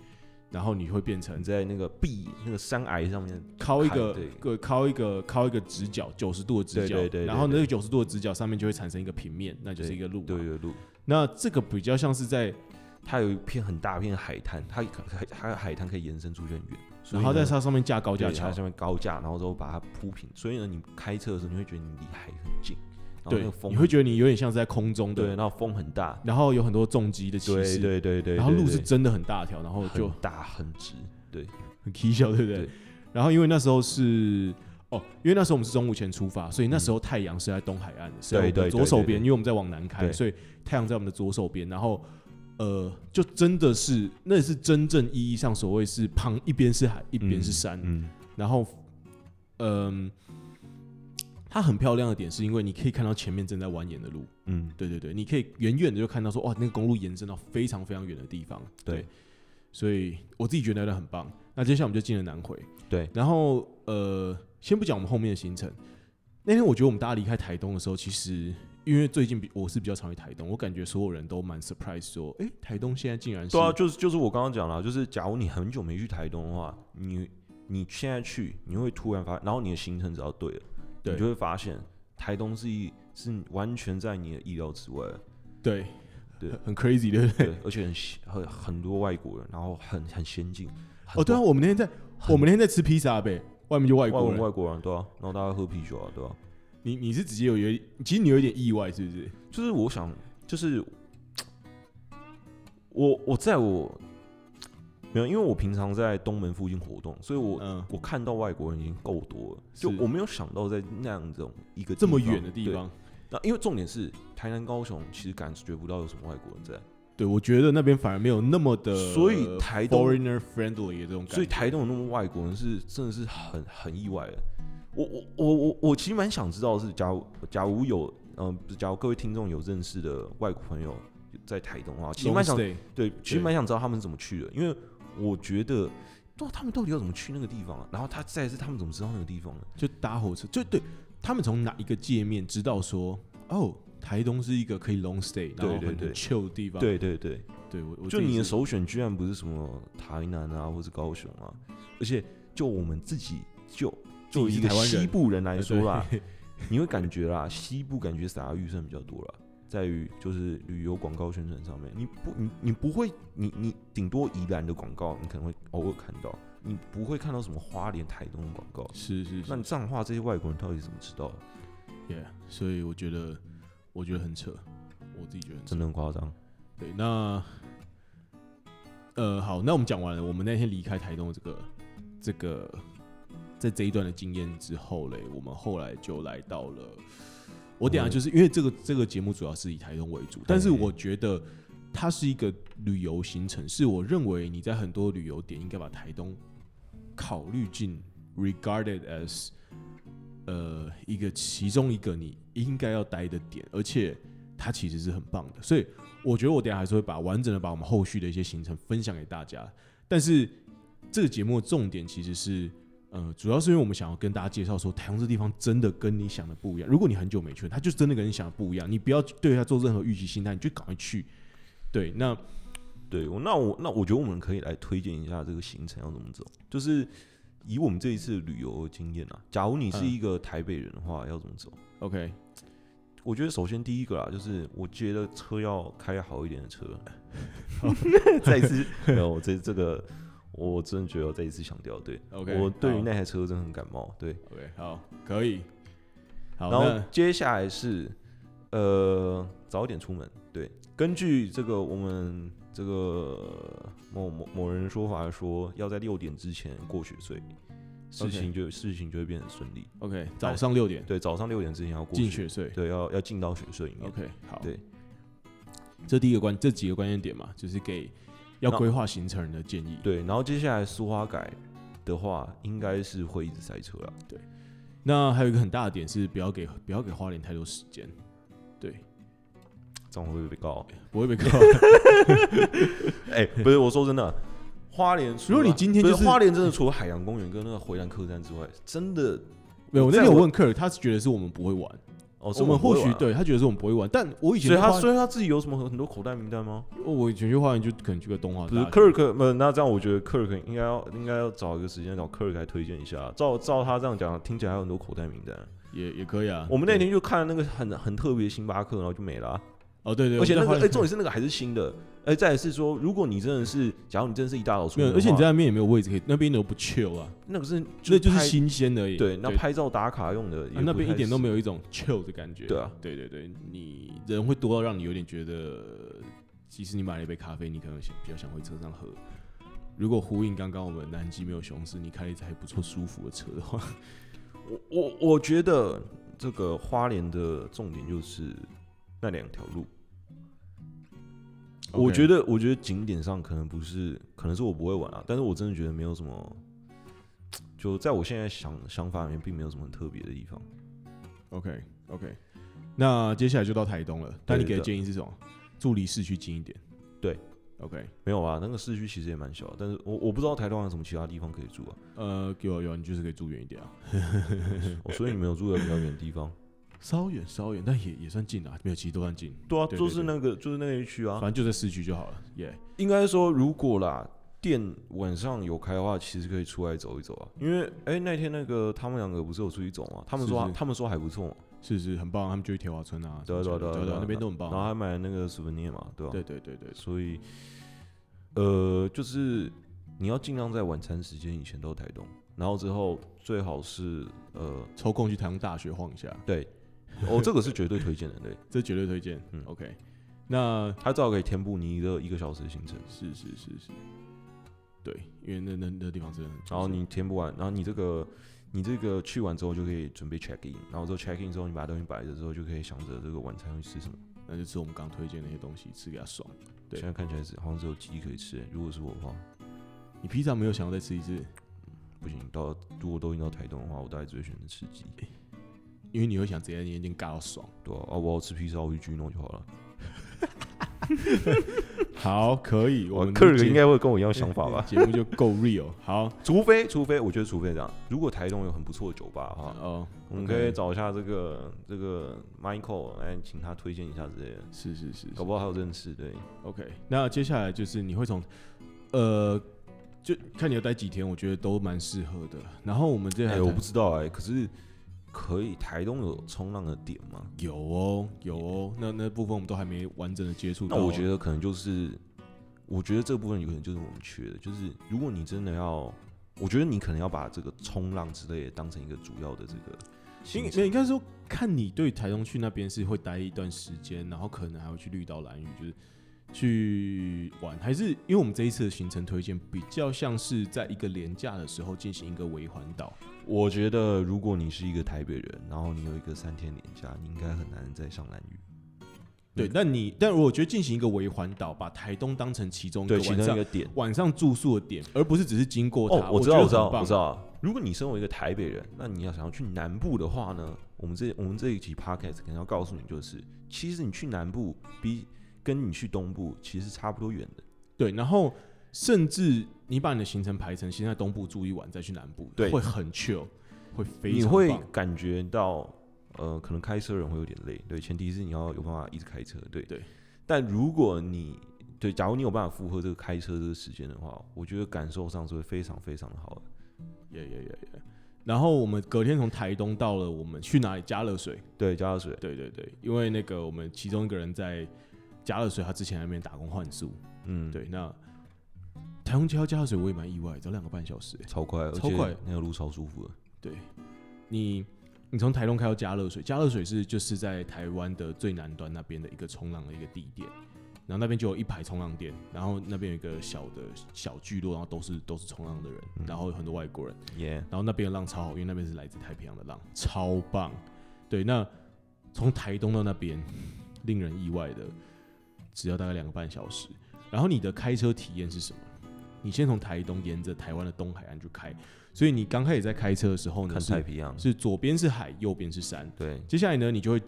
Speaker 1: 然后你会变成
Speaker 2: 你在那个壁那个山崖上面，
Speaker 1: 敲一
Speaker 2: 看
Speaker 1: 个
Speaker 2: 对
Speaker 1: 个敲一个敲一个直角，九十度的直角，
Speaker 2: 对对对对
Speaker 1: 然后那
Speaker 2: 对
Speaker 1: 个九十度的直角上面就会产生一个平面，那就是一个路嘛。
Speaker 2: 对对路，
Speaker 1: 那这个比较像是在，
Speaker 2: 它有一片很大片海滩，它它它海滩可以延伸出去很远，所以
Speaker 1: 然后在
Speaker 2: 呢
Speaker 1: 它上面架高架
Speaker 2: 对它
Speaker 1: 桥，
Speaker 2: 上面高架，然后之后把它铺平，所以呢，你开车的时候你会觉得你离海很近，然后那
Speaker 1: 对
Speaker 2: 个，风
Speaker 1: 你会觉得你有点像是在空中
Speaker 2: 对，
Speaker 1: 的，
Speaker 2: 然后风很大，
Speaker 1: 然后有很多重机的骑
Speaker 2: 对
Speaker 1: 士，
Speaker 2: 对对对，
Speaker 1: 然后
Speaker 2: 对
Speaker 1: 路是
Speaker 2: 对
Speaker 1: 真的很大条，然后就
Speaker 2: 很大很直，对，
Speaker 1: 很蹊跷，对不对？
Speaker 2: 对
Speaker 1: 然后因为那时候是哦，因为那时候我们是中午前出发，所以那时候太阳是在东海岸的，是在我们
Speaker 2: 嗯对
Speaker 1: 的
Speaker 2: 对
Speaker 1: 左手
Speaker 2: 对对
Speaker 1: 边，因为我们在往南开，
Speaker 2: 对
Speaker 1: 所以太阳在我们的左手边。然后呃，就真的是那是真正意义上所谓是旁一边是海，一边是山，
Speaker 2: 嗯，
Speaker 1: 然后嗯。它很漂亮的点是因为你可以看到前面正在蜿蜒的路，
Speaker 2: 嗯，
Speaker 1: 对对对，你可以远远的就看到说，哇，那个公路延伸到非常非常远的地方。
Speaker 2: 对
Speaker 1: 所以我自己觉得那段很棒。那接下来我们就进了南回。
Speaker 2: 对，
Speaker 1: 然后呃，先不讲我们后面的行程。那天我觉得我们大家离开台东的时候，其实因为最近比我是比较常去台东，我感觉所有人都蛮 surprise 说，哎、台东现在竟然是
Speaker 2: 对啊，就是就是我刚刚讲了，就是假如你很久没去台东的话，你你现在去，你会突然发，然后你的行程只要对了，
Speaker 1: 对
Speaker 2: 你就会发现台东是一是完全在你的意料之外的，
Speaker 1: 对
Speaker 2: 对
Speaker 1: 很很 crazy，对不对？
Speaker 2: 对，而且很先很很多外国人，然后很很先进，
Speaker 1: 哦，对啊，
Speaker 2: 很
Speaker 1: 我们那天在我们那天在吃披萨啊呗，外面就外
Speaker 2: 多
Speaker 1: 国
Speaker 2: 外文
Speaker 1: 人。
Speaker 2: 外国人对啊，然后大家喝啤酒啊，对啊，
Speaker 1: 你你是直接有有，其实你有一点意外，是不是？
Speaker 2: 就是我想，就是我我在我没有，因为我平常在东门附近活动，所以我
Speaker 1: 嗯，
Speaker 2: 我看到外国人已经够多了，
Speaker 1: 是
Speaker 2: 就我没有想到在那样这种一个
Speaker 1: 这么
Speaker 2: 地方
Speaker 1: 远的地。
Speaker 2: 对
Speaker 1: 方。
Speaker 2: 那因为重点是台南、高雄，其实感觉不到有什么外国人在，
Speaker 1: 对，我觉得那边反而没有那么的，
Speaker 2: 所以台东
Speaker 1: foreigner friendly 的这种感觉。
Speaker 2: 所以台东有那么多外国人是真的是很很意外的。我我我我我其实蛮想知道的是，假如假如有嗯、呃假如各位听众有认识的外国朋友在台东的话，其实
Speaker 1: Long
Speaker 2: 蛮想
Speaker 1: stay，
Speaker 2: 对，其实蛮想知道他们是怎么去的，因为我觉得，对啊，他们到底要怎么去那个地方啊？然后他再来是他们怎么知道那个地方呢？
Speaker 1: 就搭火车，就对他们从哪一个界面知道说，哦，台东是一个可以 long stay，然
Speaker 2: 对
Speaker 1: 后
Speaker 2: 对
Speaker 1: 很
Speaker 2: 对
Speaker 1: 很 chill 的地方。
Speaker 2: 对对对，
Speaker 1: 对，我我
Speaker 2: 就
Speaker 1: 自己
Speaker 2: 你的
Speaker 1: 是
Speaker 2: 首选居然不是什么台南啊，或是高雄啊，而且就我们自己就就
Speaker 1: 自己是
Speaker 2: 一个
Speaker 1: 台湾人
Speaker 2: 西部人来说啦，，
Speaker 1: 对
Speaker 2: 你会感觉啦，西部感觉撒的预算比较多啦，在于就是旅游广告宣传上面，你不你你不会，你你顶多宜兰的广告你可能会偶尔看到，你不会看到什么花莲、台东的广告。
Speaker 1: 是是
Speaker 2: 那
Speaker 1: 是
Speaker 2: 你这样的话，这些外国人到底是怎么知道的？
Speaker 1: ，yeah，所以我觉得我觉得很扯，我自己觉得很扯
Speaker 2: 真的很夸张。
Speaker 1: 对，那呃，好，那我们讲完了我们那天离开台东的这个这个在这一段的经验之后嘞，我们后来就来到了。我等一下就是因为这个这个节目主要是以台东为主，但是我觉得它是一个旅游行程，是我认为你在很多旅游点应该把台东考虑进 regarded as 呃一个其中一个你应该要待的点，而且它其实是很棒的。所以我觉得我等一下还是会把完整的把我们后续的一些行程分享给大家。但是这个节目的重点其实是。呃，主要是因为我们想要跟大家介绍说，台湾这地方真的跟你想的不一样。如果你很久没去，它就真的跟你想的不一样。你不要对它做任何预期心态，你就赶快去。对，那
Speaker 2: 对我那我那我觉得我们可以来推荐一下这个行程要怎么走，就是以我们这一次旅游经验啊，假如你
Speaker 1: 嗯
Speaker 2: 是一个台北人的话，要怎么走？
Speaker 1: OK，
Speaker 2: 我觉得首先第一个啦，就是我觉得车要开好一点的车。 再一次，没有这这个。我真的觉得我再一次强调，对
Speaker 1: OK，
Speaker 2: 我对于
Speaker 1: 好
Speaker 2: 那台车真的很感冒，对。
Speaker 1: OK，好，可以。好，
Speaker 2: 然后
Speaker 1: 那
Speaker 2: 接下来是呃早一点出门，对。根据这个我们这个某某某人说法说，要在六点之前过雪隧，事
Speaker 1: OK
Speaker 2: 情就事情就会变得顺利。
Speaker 1: OK，早上六点
Speaker 2: 对，早上六点之前要过
Speaker 1: 进，雪隧。
Speaker 2: 对，要要进到雪隧里面。
Speaker 1: OK，好，
Speaker 2: 对，
Speaker 1: 这第一个关这几个关键点嘛，就是给要
Speaker 2: 那
Speaker 1: 规划行程人的建议。
Speaker 2: 对，然后接下来苏花改的话，应该是会一直塞车啦。
Speaker 1: 那还有一个很大的点是，不要给不要给花莲太多时间，对，
Speaker 2: 这样会不会被 告？
Speaker 1: 不会被 告。
Speaker 2: 哎、不是，我说真的，花莲除了，
Speaker 1: 如果你今天就是
Speaker 2: 不是花莲，真的除了海洋公园跟那个回南客栈之外，真的
Speaker 1: 没有，我那天
Speaker 2: 在
Speaker 1: 有
Speaker 2: 我
Speaker 1: 问客人，他是觉得是我们不会玩，
Speaker 2: 哦，是
Speaker 1: 我们
Speaker 2: 不会
Speaker 1: 或许
Speaker 2: 玩啊，
Speaker 1: 对他觉得是我们不会玩，但我以前
Speaker 2: 所以他
Speaker 1: 去花
Speaker 2: 所以他自己有什么很多口袋名单吗？
Speaker 1: 我以前去花园就可能去个东华
Speaker 2: 不是
Speaker 1: 大学，
Speaker 2: Kirk，不是，呃那这样我觉得 Kirk 应该要应该要找一个时间找 Kirk 来推荐一下。照照他这样讲，听起来还有很多口袋名单。
Speaker 1: 也也可以啊。
Speaker 2: 我们那
Speaker 1: 对
Speaker 2: 天就看那个很很特别的星巴克，然后就没了啊、
Speaker 1: 哦对对，
Speaker 2: 而且那
Speaker 1: 我
Speaker 2: 个
Speaker 1: 们在
Speaker 2: 哎、
Speaker 1: 花莲
Speaker 2: 重点是那个还是新的。哎、再来是说，如果你真的是，假如你真的是一大早出
Speaker 1: 没有，
Speaker 2: 门的话，
Speaker 1: 而且你在那边也没有位置可以，那边都不 chill 啊，
Speaker 2: 那个是
Speaker 1: 那就是
Speaker 2: 拍
Speaker 1: 新鲜的而已。
Speaker 2: 对，那拍照打卡用的也不太是、
Speaker 1: 啊那边一点都没有一种 chill 的感觉。
Speaker 2: 对啊，
Speaker 1: 对对对，你人会多到让你有点觉得，即使你买了一杯咖啡，你可能想比较想回车上喝。如果呼应刚刚我们南极没有熊市，你开一台还不错舒服的车的话，
Speaker 2: 我我我觉得这个花莲的重点就是那两条路。我觉
Speaker 1: 得
Speaker 2: 得，我觉得景点上可能不是，可能是我不会玩啊，但是我真的觉得没有什么，就在我现在想想法里面，并没有什么很特别的地方。
Speaker 1: OK OK。那接下来就到台东了，但你
Speaker 2: 对
Speaker 1: 给的
Speaker 2: 的
Speaker 1: 建议是什么？住离市区近一点。
Speaker 2: 对
Speaker 1: ，OK，
Speaker 2: 没有啊，那个市区其实也蛮小的，但是我我不知道台东有什么其他地方可以住啊。
Speaker 1: 呃，有啊有啊，你就是可以住远一点啊，嗯
Speaker 2: 哦、所以你没有住的比较远的地 方？
Speaker 1: 稍远稍远，但也也算近啊，没有，其实都算近，
Speaker 2: 对啊，
Speaker 1: 对对
Speaker 2: 就是那个，就是那个区啊
Speaker 1: 反。正就在市区就好了，耶、
Speaker 2: 应该说，如果啦店晚上有开的话，其实可以出来走一走啊。因为哎、那天那个他们两个不是有出去走嘛，他们说啊
Speaker 1: 是是
Speaker 2: 他们说还不错嘛，
Speaker 1: 是是很棒，他们就去铁花村啊，
Speaker 2: 对啊
Speaker 1: 什么
Speaker 2: 对啊
Speaker 1: 的
Speaker 2: 对
Speaker 1: 对
Speaker 2: 啊对啊
Speaker 1: 那边都很棒
Speaker 2: 然后
Speaker 1: 啊，
Speaker 2: 还买了那个 souvenir 嘛，对吧、
Speaker 1: 对对对对，
Speaker 2: 所以呃，就是你要尽量在晚餐时间以前到台东，然后之后最好是呃，
Speaker 1: 抽空去台东大学晃一下，
Speaker 2: 对，哦，这个是绝对推荐的，对，
Speaker 1: 这绝对推荐。
Speaker 2: 嗯
Speaker 1: OK，那
Speaker 2: 它至少可以填补你一个一个小时的行程。
Speaker 1: 是是是是，对，因为那那那地方真的很，
Speaker 2: 然后你填不完，然后你这个你这个去完之后就可以准备 check in，然后之后 check in 之后你把东西摆着之后就可以想着这个晚餐会吃什么。
Speaker 1: 那就吃我们刚推荐那些东西，吃给他爽。对
Speaker 2: 现在看起来是好像只有鸡可以吃、欸如果是我的话，
Speaker 1: 你披萨没有想要再吃一次，
Speaker 2: 不行，到如果都已经到台东的话，我大概只会选择吃鸡。
Speaker 1: 因为你会想直接在你眼睛尬到爽。
Speaker 2: 对啊，啊我要吃披萨，我去 Gino 就好了。
Speaker 1: 好，可以，我们
Speaker 2: 客人
Speaker 1: 的
Speaker 2: 应
Speaker 1: 节？
Speaker 2: 该会跟我一样想法吧
Speaker 1: 节目就够 real。好，
Speaker 2: 嗯除非除非，我觉得除非这样，如果台东有很不错的酒吧的话，
Speaker 1: 哦，
Speaker 2: 我们可以找一下这个这个 Michael 来请他推荐一下之类的，
Speaker 1: 是是是
Speaker 2: 搞不好还有认识。对，
Speaker 1: OK，那接下来就是你会从，呃，就看你要待几天，我觉得都蛮适合的。然后我们这
Speaker 2: 哎、
Speaker 1: 台、
Speaker 2: 我不知道哎、可是可以台东有冲浪的点吗？
Speaker 1: 有哦，有哦，那那部分我们都还没完整的接触到
Speaker 2: 那
Speaker 1: 哦。
Speaker 2: 我觉得可能就是，我觉得这部分有可能就是我们缺的，就是如果你真的要，我觉得你可能要把这个冲浪之类的当成一个主要的这个
Speaker 1: 应
Speaker 2: 行
Speaker 1: 没有
Speaker 2: 程。
Speaker 1: 应该说，看你对台东去那边是会待一段时间，然后可能还会去绿岛、蓝屿，就是去玩，还是因为我们这一次的行程推荐比较像是在一个廉价的时候进行一个围环岛。
Speaker 2: 我觉得如果你是一个台北人，然后你有一个三天连假，你应该很难再上蓝屿。
Speaker 1: 对，
Speaker 2: 嗯
Speaker 1: 但你但我觉得进行一个围环岛，把台东当成其中一个
Speaker 2: 对，其
Speaker 1: 晚
Speaker 2: 中一
Speaker 1: 上
Speaker 2: 个点。
Speaker 1: 晚上住宿的点，而不是只是经过它。
Speaker 2: 哦，我知
Speaker 1: 觉
Speaker 2: 道，
Speaker 1: 得
Speaker 2: 我知道，
Speaker 1: 很棒
Speaker 2: 我知。道。如果你身为一个台北人，那你要想要去南部的话呢，我们这我们这一集 podcast 可能要告诉你，就是其实你去南部比跟你去东部其实差不多远的。
Speaker 1: 对，然后甚至你把你的行程排成先在东部住一晚，再去南部，
Speaker 2: 对
Speaker 1: 会很 chill，会非
Speaker 2: 你
Speaker 1: 常
Speaker 2: 会
Speaker 1: 棒
Speaker 2: 感觉到，呃，可能开车人会有点累，对，前提是你要有办法一直开车，对
Speaker 1: 对。
Speaker 2: 但如果你对，假如你有办法负荷这个开车这个时间的话，我觉得感受上是会非常非常的好的。
Speaker 1: 耶耶耶耶。然后我们隔天从台东到了，我们去哪里？加热水。
Speaker 2: 对，加热水，
Speaker 1: 对对对，因为那个我们其中一个人在加热水，他之前在那边打工换宿。
Speaker 2: 嗯，，
Speaker 1: 对，那台东到加热水我也蛮意外，只要两个半小时欸。
Speaker 2: 超快，而
Speaker 1: 超
Speaker 2: 且
Speaker 1: 快
Speaker 2: 那条路超舒服的。
Speaker 1: 对，你你从台东开到加热水，加热水是就是在台湾的最南端那边的一个冲浪的一个地点，然后那边就有一排冲浪店，然后那边有一个小的小聚落，然后都是都是冲浪的人，
Speaker 2: 嗯
Speaker 1: 然后有很多外国人，
Speaker 2: 耶、
Speaker 1: 然后那边的浪超好，因为那边是来自太平洋的浪，超棒。对，那从台东到那边，令人意外的，只要大概两个半小时。然后你的开车体验是什么？你先从台东沿着台湾的东海岸去开，所以你刚开始在开车的时候呢，
Speaker 2: 看太
Speaker 1: 是
Speaker 2: 平洋，
Speaker 1: 是左边是海，右边是山。
Speaker 2: 对，
Speaker 1: 接下来呢，你就会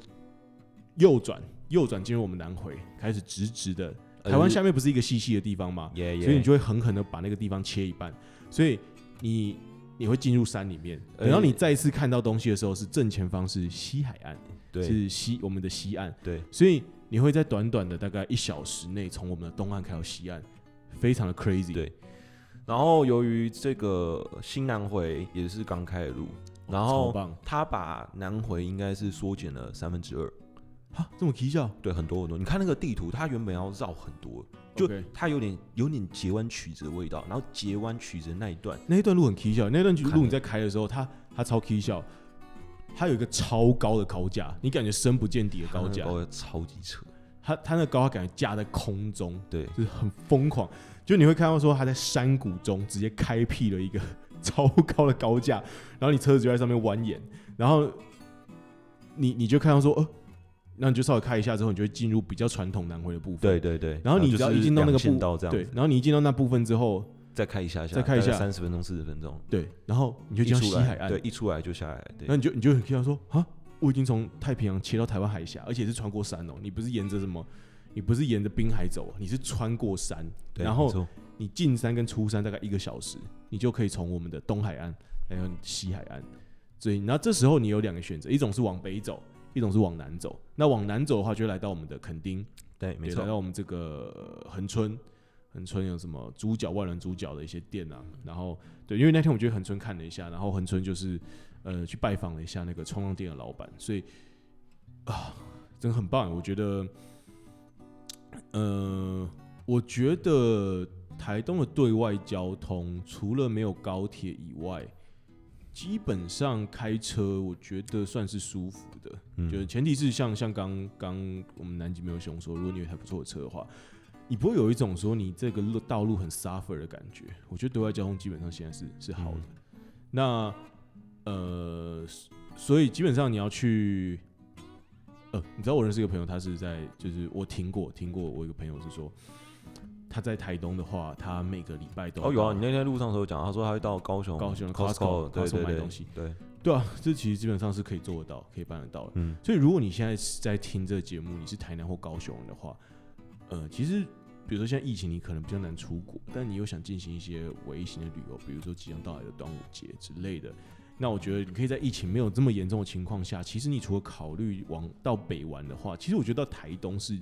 Speaker 1: 右转，右转进入我们南回，开始直直的。
Speaker 2: 呃
Speaker 1: 台湾下面不是一个细细的地方吗？
Speaker 2: 耶耶，
Speaker 1: 所以你就会狠狠的把那个地方切一半，所以你你会进入山里面，
Speaker 2: 呃
Speaker 1: 等到你再一次看到东西的时候，是正前方是西海岸，
Speaker 2: 对
Speaker 1: 是西我们的西岸，
Speaker 2: 对，
Speaker 1: 所以你会在短短的大概一小时内从我们的东岸开到西岸，非常的 crazy，
Speaker 2: 对然后由于这个新南回也是刚开的路，
Speaker 1: 哦，
Speaker 2: 然后
Speaker 1: 超棒，
Speaker 2: 它把南回应该是缩减了三分之二，
Speaker 1: 哈，这么奇效，
Speaker 2: 对，很多很多。你看那个地图，它原本要绕很多，就
Speaker 1: OK
Speaker 2: 它有点有点截弯曲折的味道，然后截弯曲折那一段，
Speaker 1: 那一段路很奇效，那一段
Speaker 2: 看了
Speaker 1: 路你在开的时候，它它超奇效，它有一个超高的高架，你感觉深不见底的高架
Speaker 2: 它那， 个高架哦超级扯，
Speaker 1: 它它那高架感觉架在空中。
Speaker 2: 对，
Speaker 1: 就是很疯狂，就你会看到说他在山谷中直接开辟了一个 超高的高架，然后你车子就在上面蜿蜒，然后你你就看到说，呃，那你就稍微开一下之后，你就会进入比较传统南回的部分。
Speaker 2: 对对对。
Speaker 1: 然后你只要
Speaker 2: 就是
Speaker 1: 一进到那个
Speaker 2: 两线
Speaker 1: 步
Speaker 2: 道这样
Speaker 1: 对
Speaker 2: 子，，
Speaker 1: 然后你一进到那部分之后，
Speaker 2: 再开一下下，
Speaker 1: 再开一下
Speaker 2: 三十分钟四十分钟，
Speaker 1: 对，然后你就
Speaker 2: 一
Speaker 1: 进到
Speaker 2: 出
Speaker 1: 西
Speaker 2: 来
Speaker 1: 海岸，
Speaker 2: 对，一出来就下来，对
Speaker 1: 那，你就你就很听到说啊，我已经从太平洋切到台湾海峡，而且是穿过山哦，你不是沿着什么，你不是沿着滨海走，哦你是穿过山，哦
Speaker 2: 对
Speaker 1: 然后
Speaker 2: 没错
Speaker 1: 你进山跟出山大概一个小时，你就可以从我们的东海岸还有西海岸，所以然后这时候你有两个选择，一种是往北走，一种是往南走。那往南走的话，就会来到我们的垦丁，
Speaker 2: 对，没
Speaker 1: 也
Speaker 2: 错
Speaker 1: 来，到我们这个呃恒春。恒春有什么猪脚、万人猪脚的一些店啊？然后对，因为那天我觉得恒春看了一下，然后恒春就是呃去拜访了一下那个冲浪店的老板，所以啊，真的很棒。我觉得，呃，我觉得台东的对外交通除了没有高铁以外，基本上开车我觉得算是舒服的。
Speaker 2: 嗯
Speaker 1: 就是前提是像像刚刚我们南极没有熊说，如果你有一台不错的车的话，你不会有一种说你这个路道路很 suffer 的感觉。我觉得对外交通基本上现在是是好的。那呃，所以基本上你要去，呃，你知道我认识一个朋友，他是在就是我听过听过，我一个朋友是说他在台东的话，他每个礼拜都要
Speaker 2: 哦，有
Speaker 1: 到
Speaker 2: 啊，你那天路上的时候讲，他说他会到高雄，
Speaker 1: 高雄的 Costco
Speaker 2: Costco，对
Speaker 1: Costco
Speaker 2: 对
Speaker 1: 买
Speaker 2: 对
Speaker 1: 东西，
Speaker 2: 对，
Speaker 1: 对啊，这其实基本上是可以做得到，可以办得到的。
Speaker 2: 嗯，
Speaker 1: 所以如果你现在是在听这个节目，你是台南或高雄人的话，呃，其实比如说现在疫情，你可能比较难出国，但你又想进行一些微型的旅游，比如说即将到来的端午节之类的，那我觉得你可以在疫情没有这么严重的情况下，其实你除了考虑往到北玩的话，其实我觉得到台东是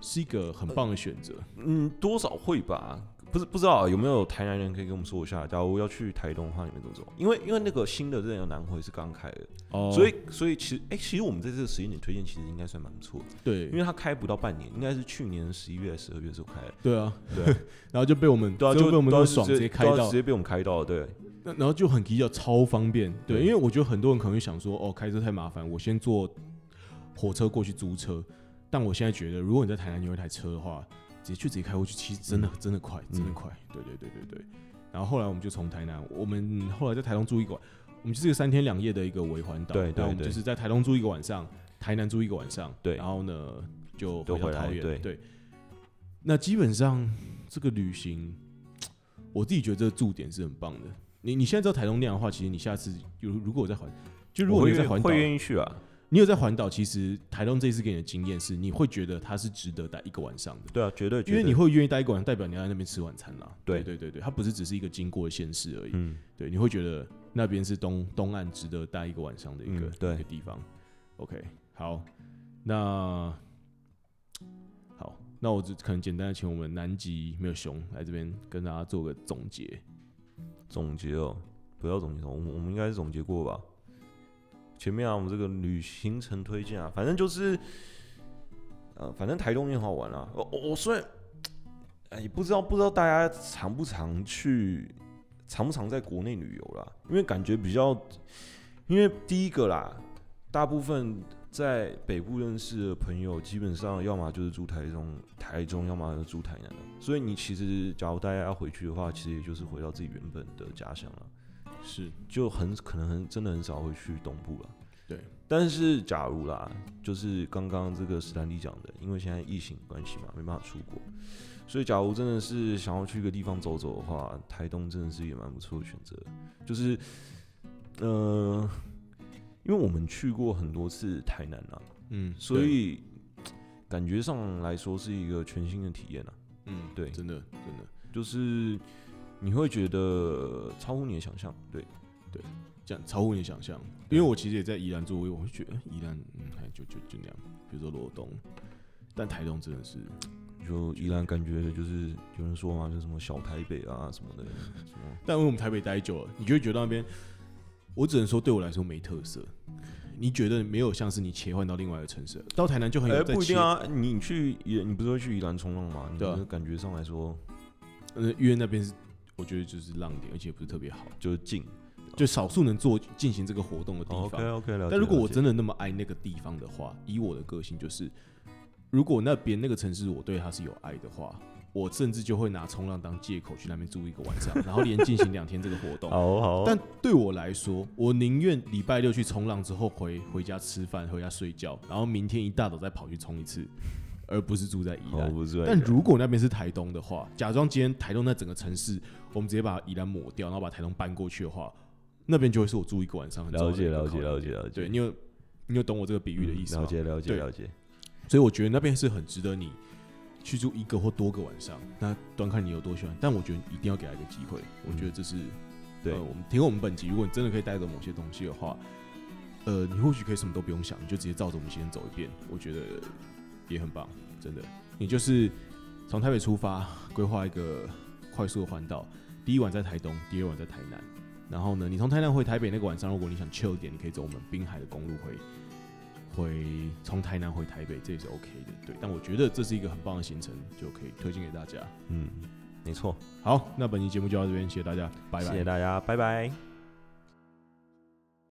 Speaker 1: 是一个很棒的选择。
Speaker 2: 嗯，多少会吧，不是不知道有没有台南人可以跟我们说一下，假如要去台东的话，你们怎么走？因为因为那个新的这条南回是刚开的，
Speaker 1: 哦
Speaker 2: 呃所以所以其实哎、其实我们在这个时间点推荐其实应该算蛮不错的，
Speaker 1: 对
Speaker 2: 因，为它开不到半年，应该是去年十一月、十二月时候开的，
Speaker 1: 对啊，
Speaker 2: 对啊
Speaker 1: 然后就被我们
Speaker 2: 对啊，
Speaker 1: 就
Speaker 2: 就
Speaker 1: 被我们
Speaker 2: 对
Speaker 1: 那
Speaker 2: 啊
Speaker 1: 么
Speaker 2: 就
Speaker 1: 爽直接开
Speaker 2: 对啊
Speaker 1: 到
Speaker 2: 直接被我们开到，对，
Speaker 1: 那然后就很急叫超方便，对，
Speaker 2: 对
Speaker 1: 因为我觉得很多人可能会想说，哦，开车太麻烦，我先坐火车过去租车。但我现在觉得，如果你在台南有一台车的话，直接去直接开过去，其实真的、真的快，
Speaker 2: 嗯
Speaker 1: 真的快。对对对对对。然后后来我们就从台南，我们后来在台东住一个晚，我们就是一个三天两夜的一个围环岛，
Speaker 2: 对对
Speaker 1: 然后我们
Speaker 2: 对
Speaker 1: 就是在台东住一个晚上，台南住一个晚上，
Speaker 2: 对
Speaker 1: 然后呢，就
Speaker 2: 就
Speaker 1: 回到
Speaker 2: 回来
Speaker 1: 桃园。
Speaker 2: 对
Speaker 1: 那基本上这个旅行，我自己觉得这个驻点是很棒的。你你现在知道台东那样的话，其实你下次有如果我在环，就如
Speaker 2: 我
Speaker 1: 果
Speaker 2: 会
Speaker 1: 你有在
Speaker 2: 愿
Speaker 1: 环岛
Speaker 2: 会，愿意去啊，
Speaker 1: 你有在环岛，其实台东这一次给你的经验是，你会觉得它是值得待一个晚上的。
Speaker 2: 对啊，绝对，
Speaker 1: 因为
Speaker 2: 绝对
Speaker 1: 你会愿意待一个晚上，代表你要在那边吃晚餐啦。
Speaker 2: 对
Speaker 1: 对对对，它不是只是一个经过的县市而已。
Speaker 2: 嗯，
Speaker 1: 对，你会觉得那边是东东岸值得待一个晚上的一个、
Speaker 2: 嗯对
Speaker 1: 一个地方。OK，好，那好，那我只可能简单的请我们南极没有熊来这边跟大家做个总结。
Speaker 2: 总结哦，不要总结，我们我们应该是总结过吧。前面啊，我们这个旅行程推荐啊，反正就是，呃，反正台东也很好玩啊。我我我虽然，哎，也不知道不知道大家常不常去，常不常在国内旅游啦，因为感觉比较，因为第一个啦，大部分在北部认识的朋友，基本上要么就是住台中，台中，要么就是住台南了。所以你其实，假如大家要回去的话，其实也就是回到自己原本的家乡了，
Speaker 1: 是
Speaker 2: 就很可能很真的很少会去东部了。
Speaker 1: 对，
Speaker 2: 但是假如啦，就是刚刚这个史丹利讲的，因为现在疫情关系嘛，没办法出国，所以假如真的是想要去一个地方走走的话，台东真的是也蛮不错的选择。就是，呃，因为我们去过很多次台南啦，
Speaker 1: 嗯，
Speaker 2: 所以感觉上来说是一个全新的体验啊。
Speaker 1: 对嗯，
Speaker 2: 对
Speaker 1: 真的真的，
Speaker 2: 就是你会觉得超乎你的想象，对，
Speaker 1: 这样超乎你的想象。因为我其实也在宜兰做过，我会觉得哎宜兰嗯，还就就就那样，比如说罗东，但台东真的是
Speaker 2: 就依然感觉就是有人说嘛，就什么小台北啊什么的，什么
Speaker 1: 但因为我们台北待久了，你就会觉得那边，我只能说对我来说没特色。你觉得没有像是你切换到另外一个城市，到台南就很
Speaker 2: 哎、
Speaker 1: 有在
Speaker 2: 不一
Speaker 1: 切，
Speaker 2: 定啊，你去宜你不是会去宜兰冲浪吗？你
Speaker 1: 对啊
Speaker 2: 就感觉上来说
Speaker 1: 呃，因为那边是我觉得就是浪点，而且不是特别好，
Speaker 2: 就是近
Speaker 1: 就少数能做进行这个活动的地方。
Speaker 2: 哦 OK 了
Speaker 1: 但如果我
Speaker 2: 真
Speaker 1: 真的那么爱那个地方的话，以我的个性就是，如果那边那个城市我对它是有爱的话，我甚至就会拿冲浪当借口去那边住一个晚上，然后连进行两天这个 活动。
Speaker 2: 好哦好
Speaker 1: 但对我来说，我宁愿礼拜六去冲浪之后回回家吃饭，回家睡觉，然后明天一大早再跑去冲一次，而不是住在宜
Speaker 2: 好
Speaker 1: 兰。
Speaker 2: 不是
Speaker 1: 但如果那边是台东的话，假装今天台东那整个城市，我们直接把宜兰抹掉，然后把台东搬过去的话，那边就会是我住一个晚上很
Speaker 2: 了解
Speaker 1: 重要的一
Speaker 2: 了
Speaker 1: 个
Speaker 2: 解
Speaker 1: 考量
Speaker 2: 了解了解，
Speaker 1: 对你有你有懂我这个比喻的意思吗？
Speaker 2: 嗯
Speaker 1: 啊
Speaker 2: 了解了解
Speaker 1: 对
Speaker 2: 了解，
Speaker 1: 所以我觉得那边是很值得你去住一个或多个晚上，那端看你有多喜欢。但我觉得一定要给他一个机会，我觉得这是、
Speaker 2: 对
Speaker 1: 呃我们听我们本集，如果你真的可以带走某些东西的话，呃，你或许可以什么都不用想，你就直接照着我们先走一遍，我觉得也很棒，真的。你就是从台北出发，规划一个快速的环岛，第一晚在台东，第二晚在台南。然后呢，你从台南回台北那个晚上，如果你想 chill 一点，你可以走我们滨海的公路回回从台南回台北，这也是 OK 的。对，但我觉得这是一个很棒的行程，就可以推荐给大家。
Speaker 2: 嗯，没错，
Speaker 1: 好，那本期节目就到这边，谢谢大家，拜拜。
Speaker 2: 谢谢大家，拜拜。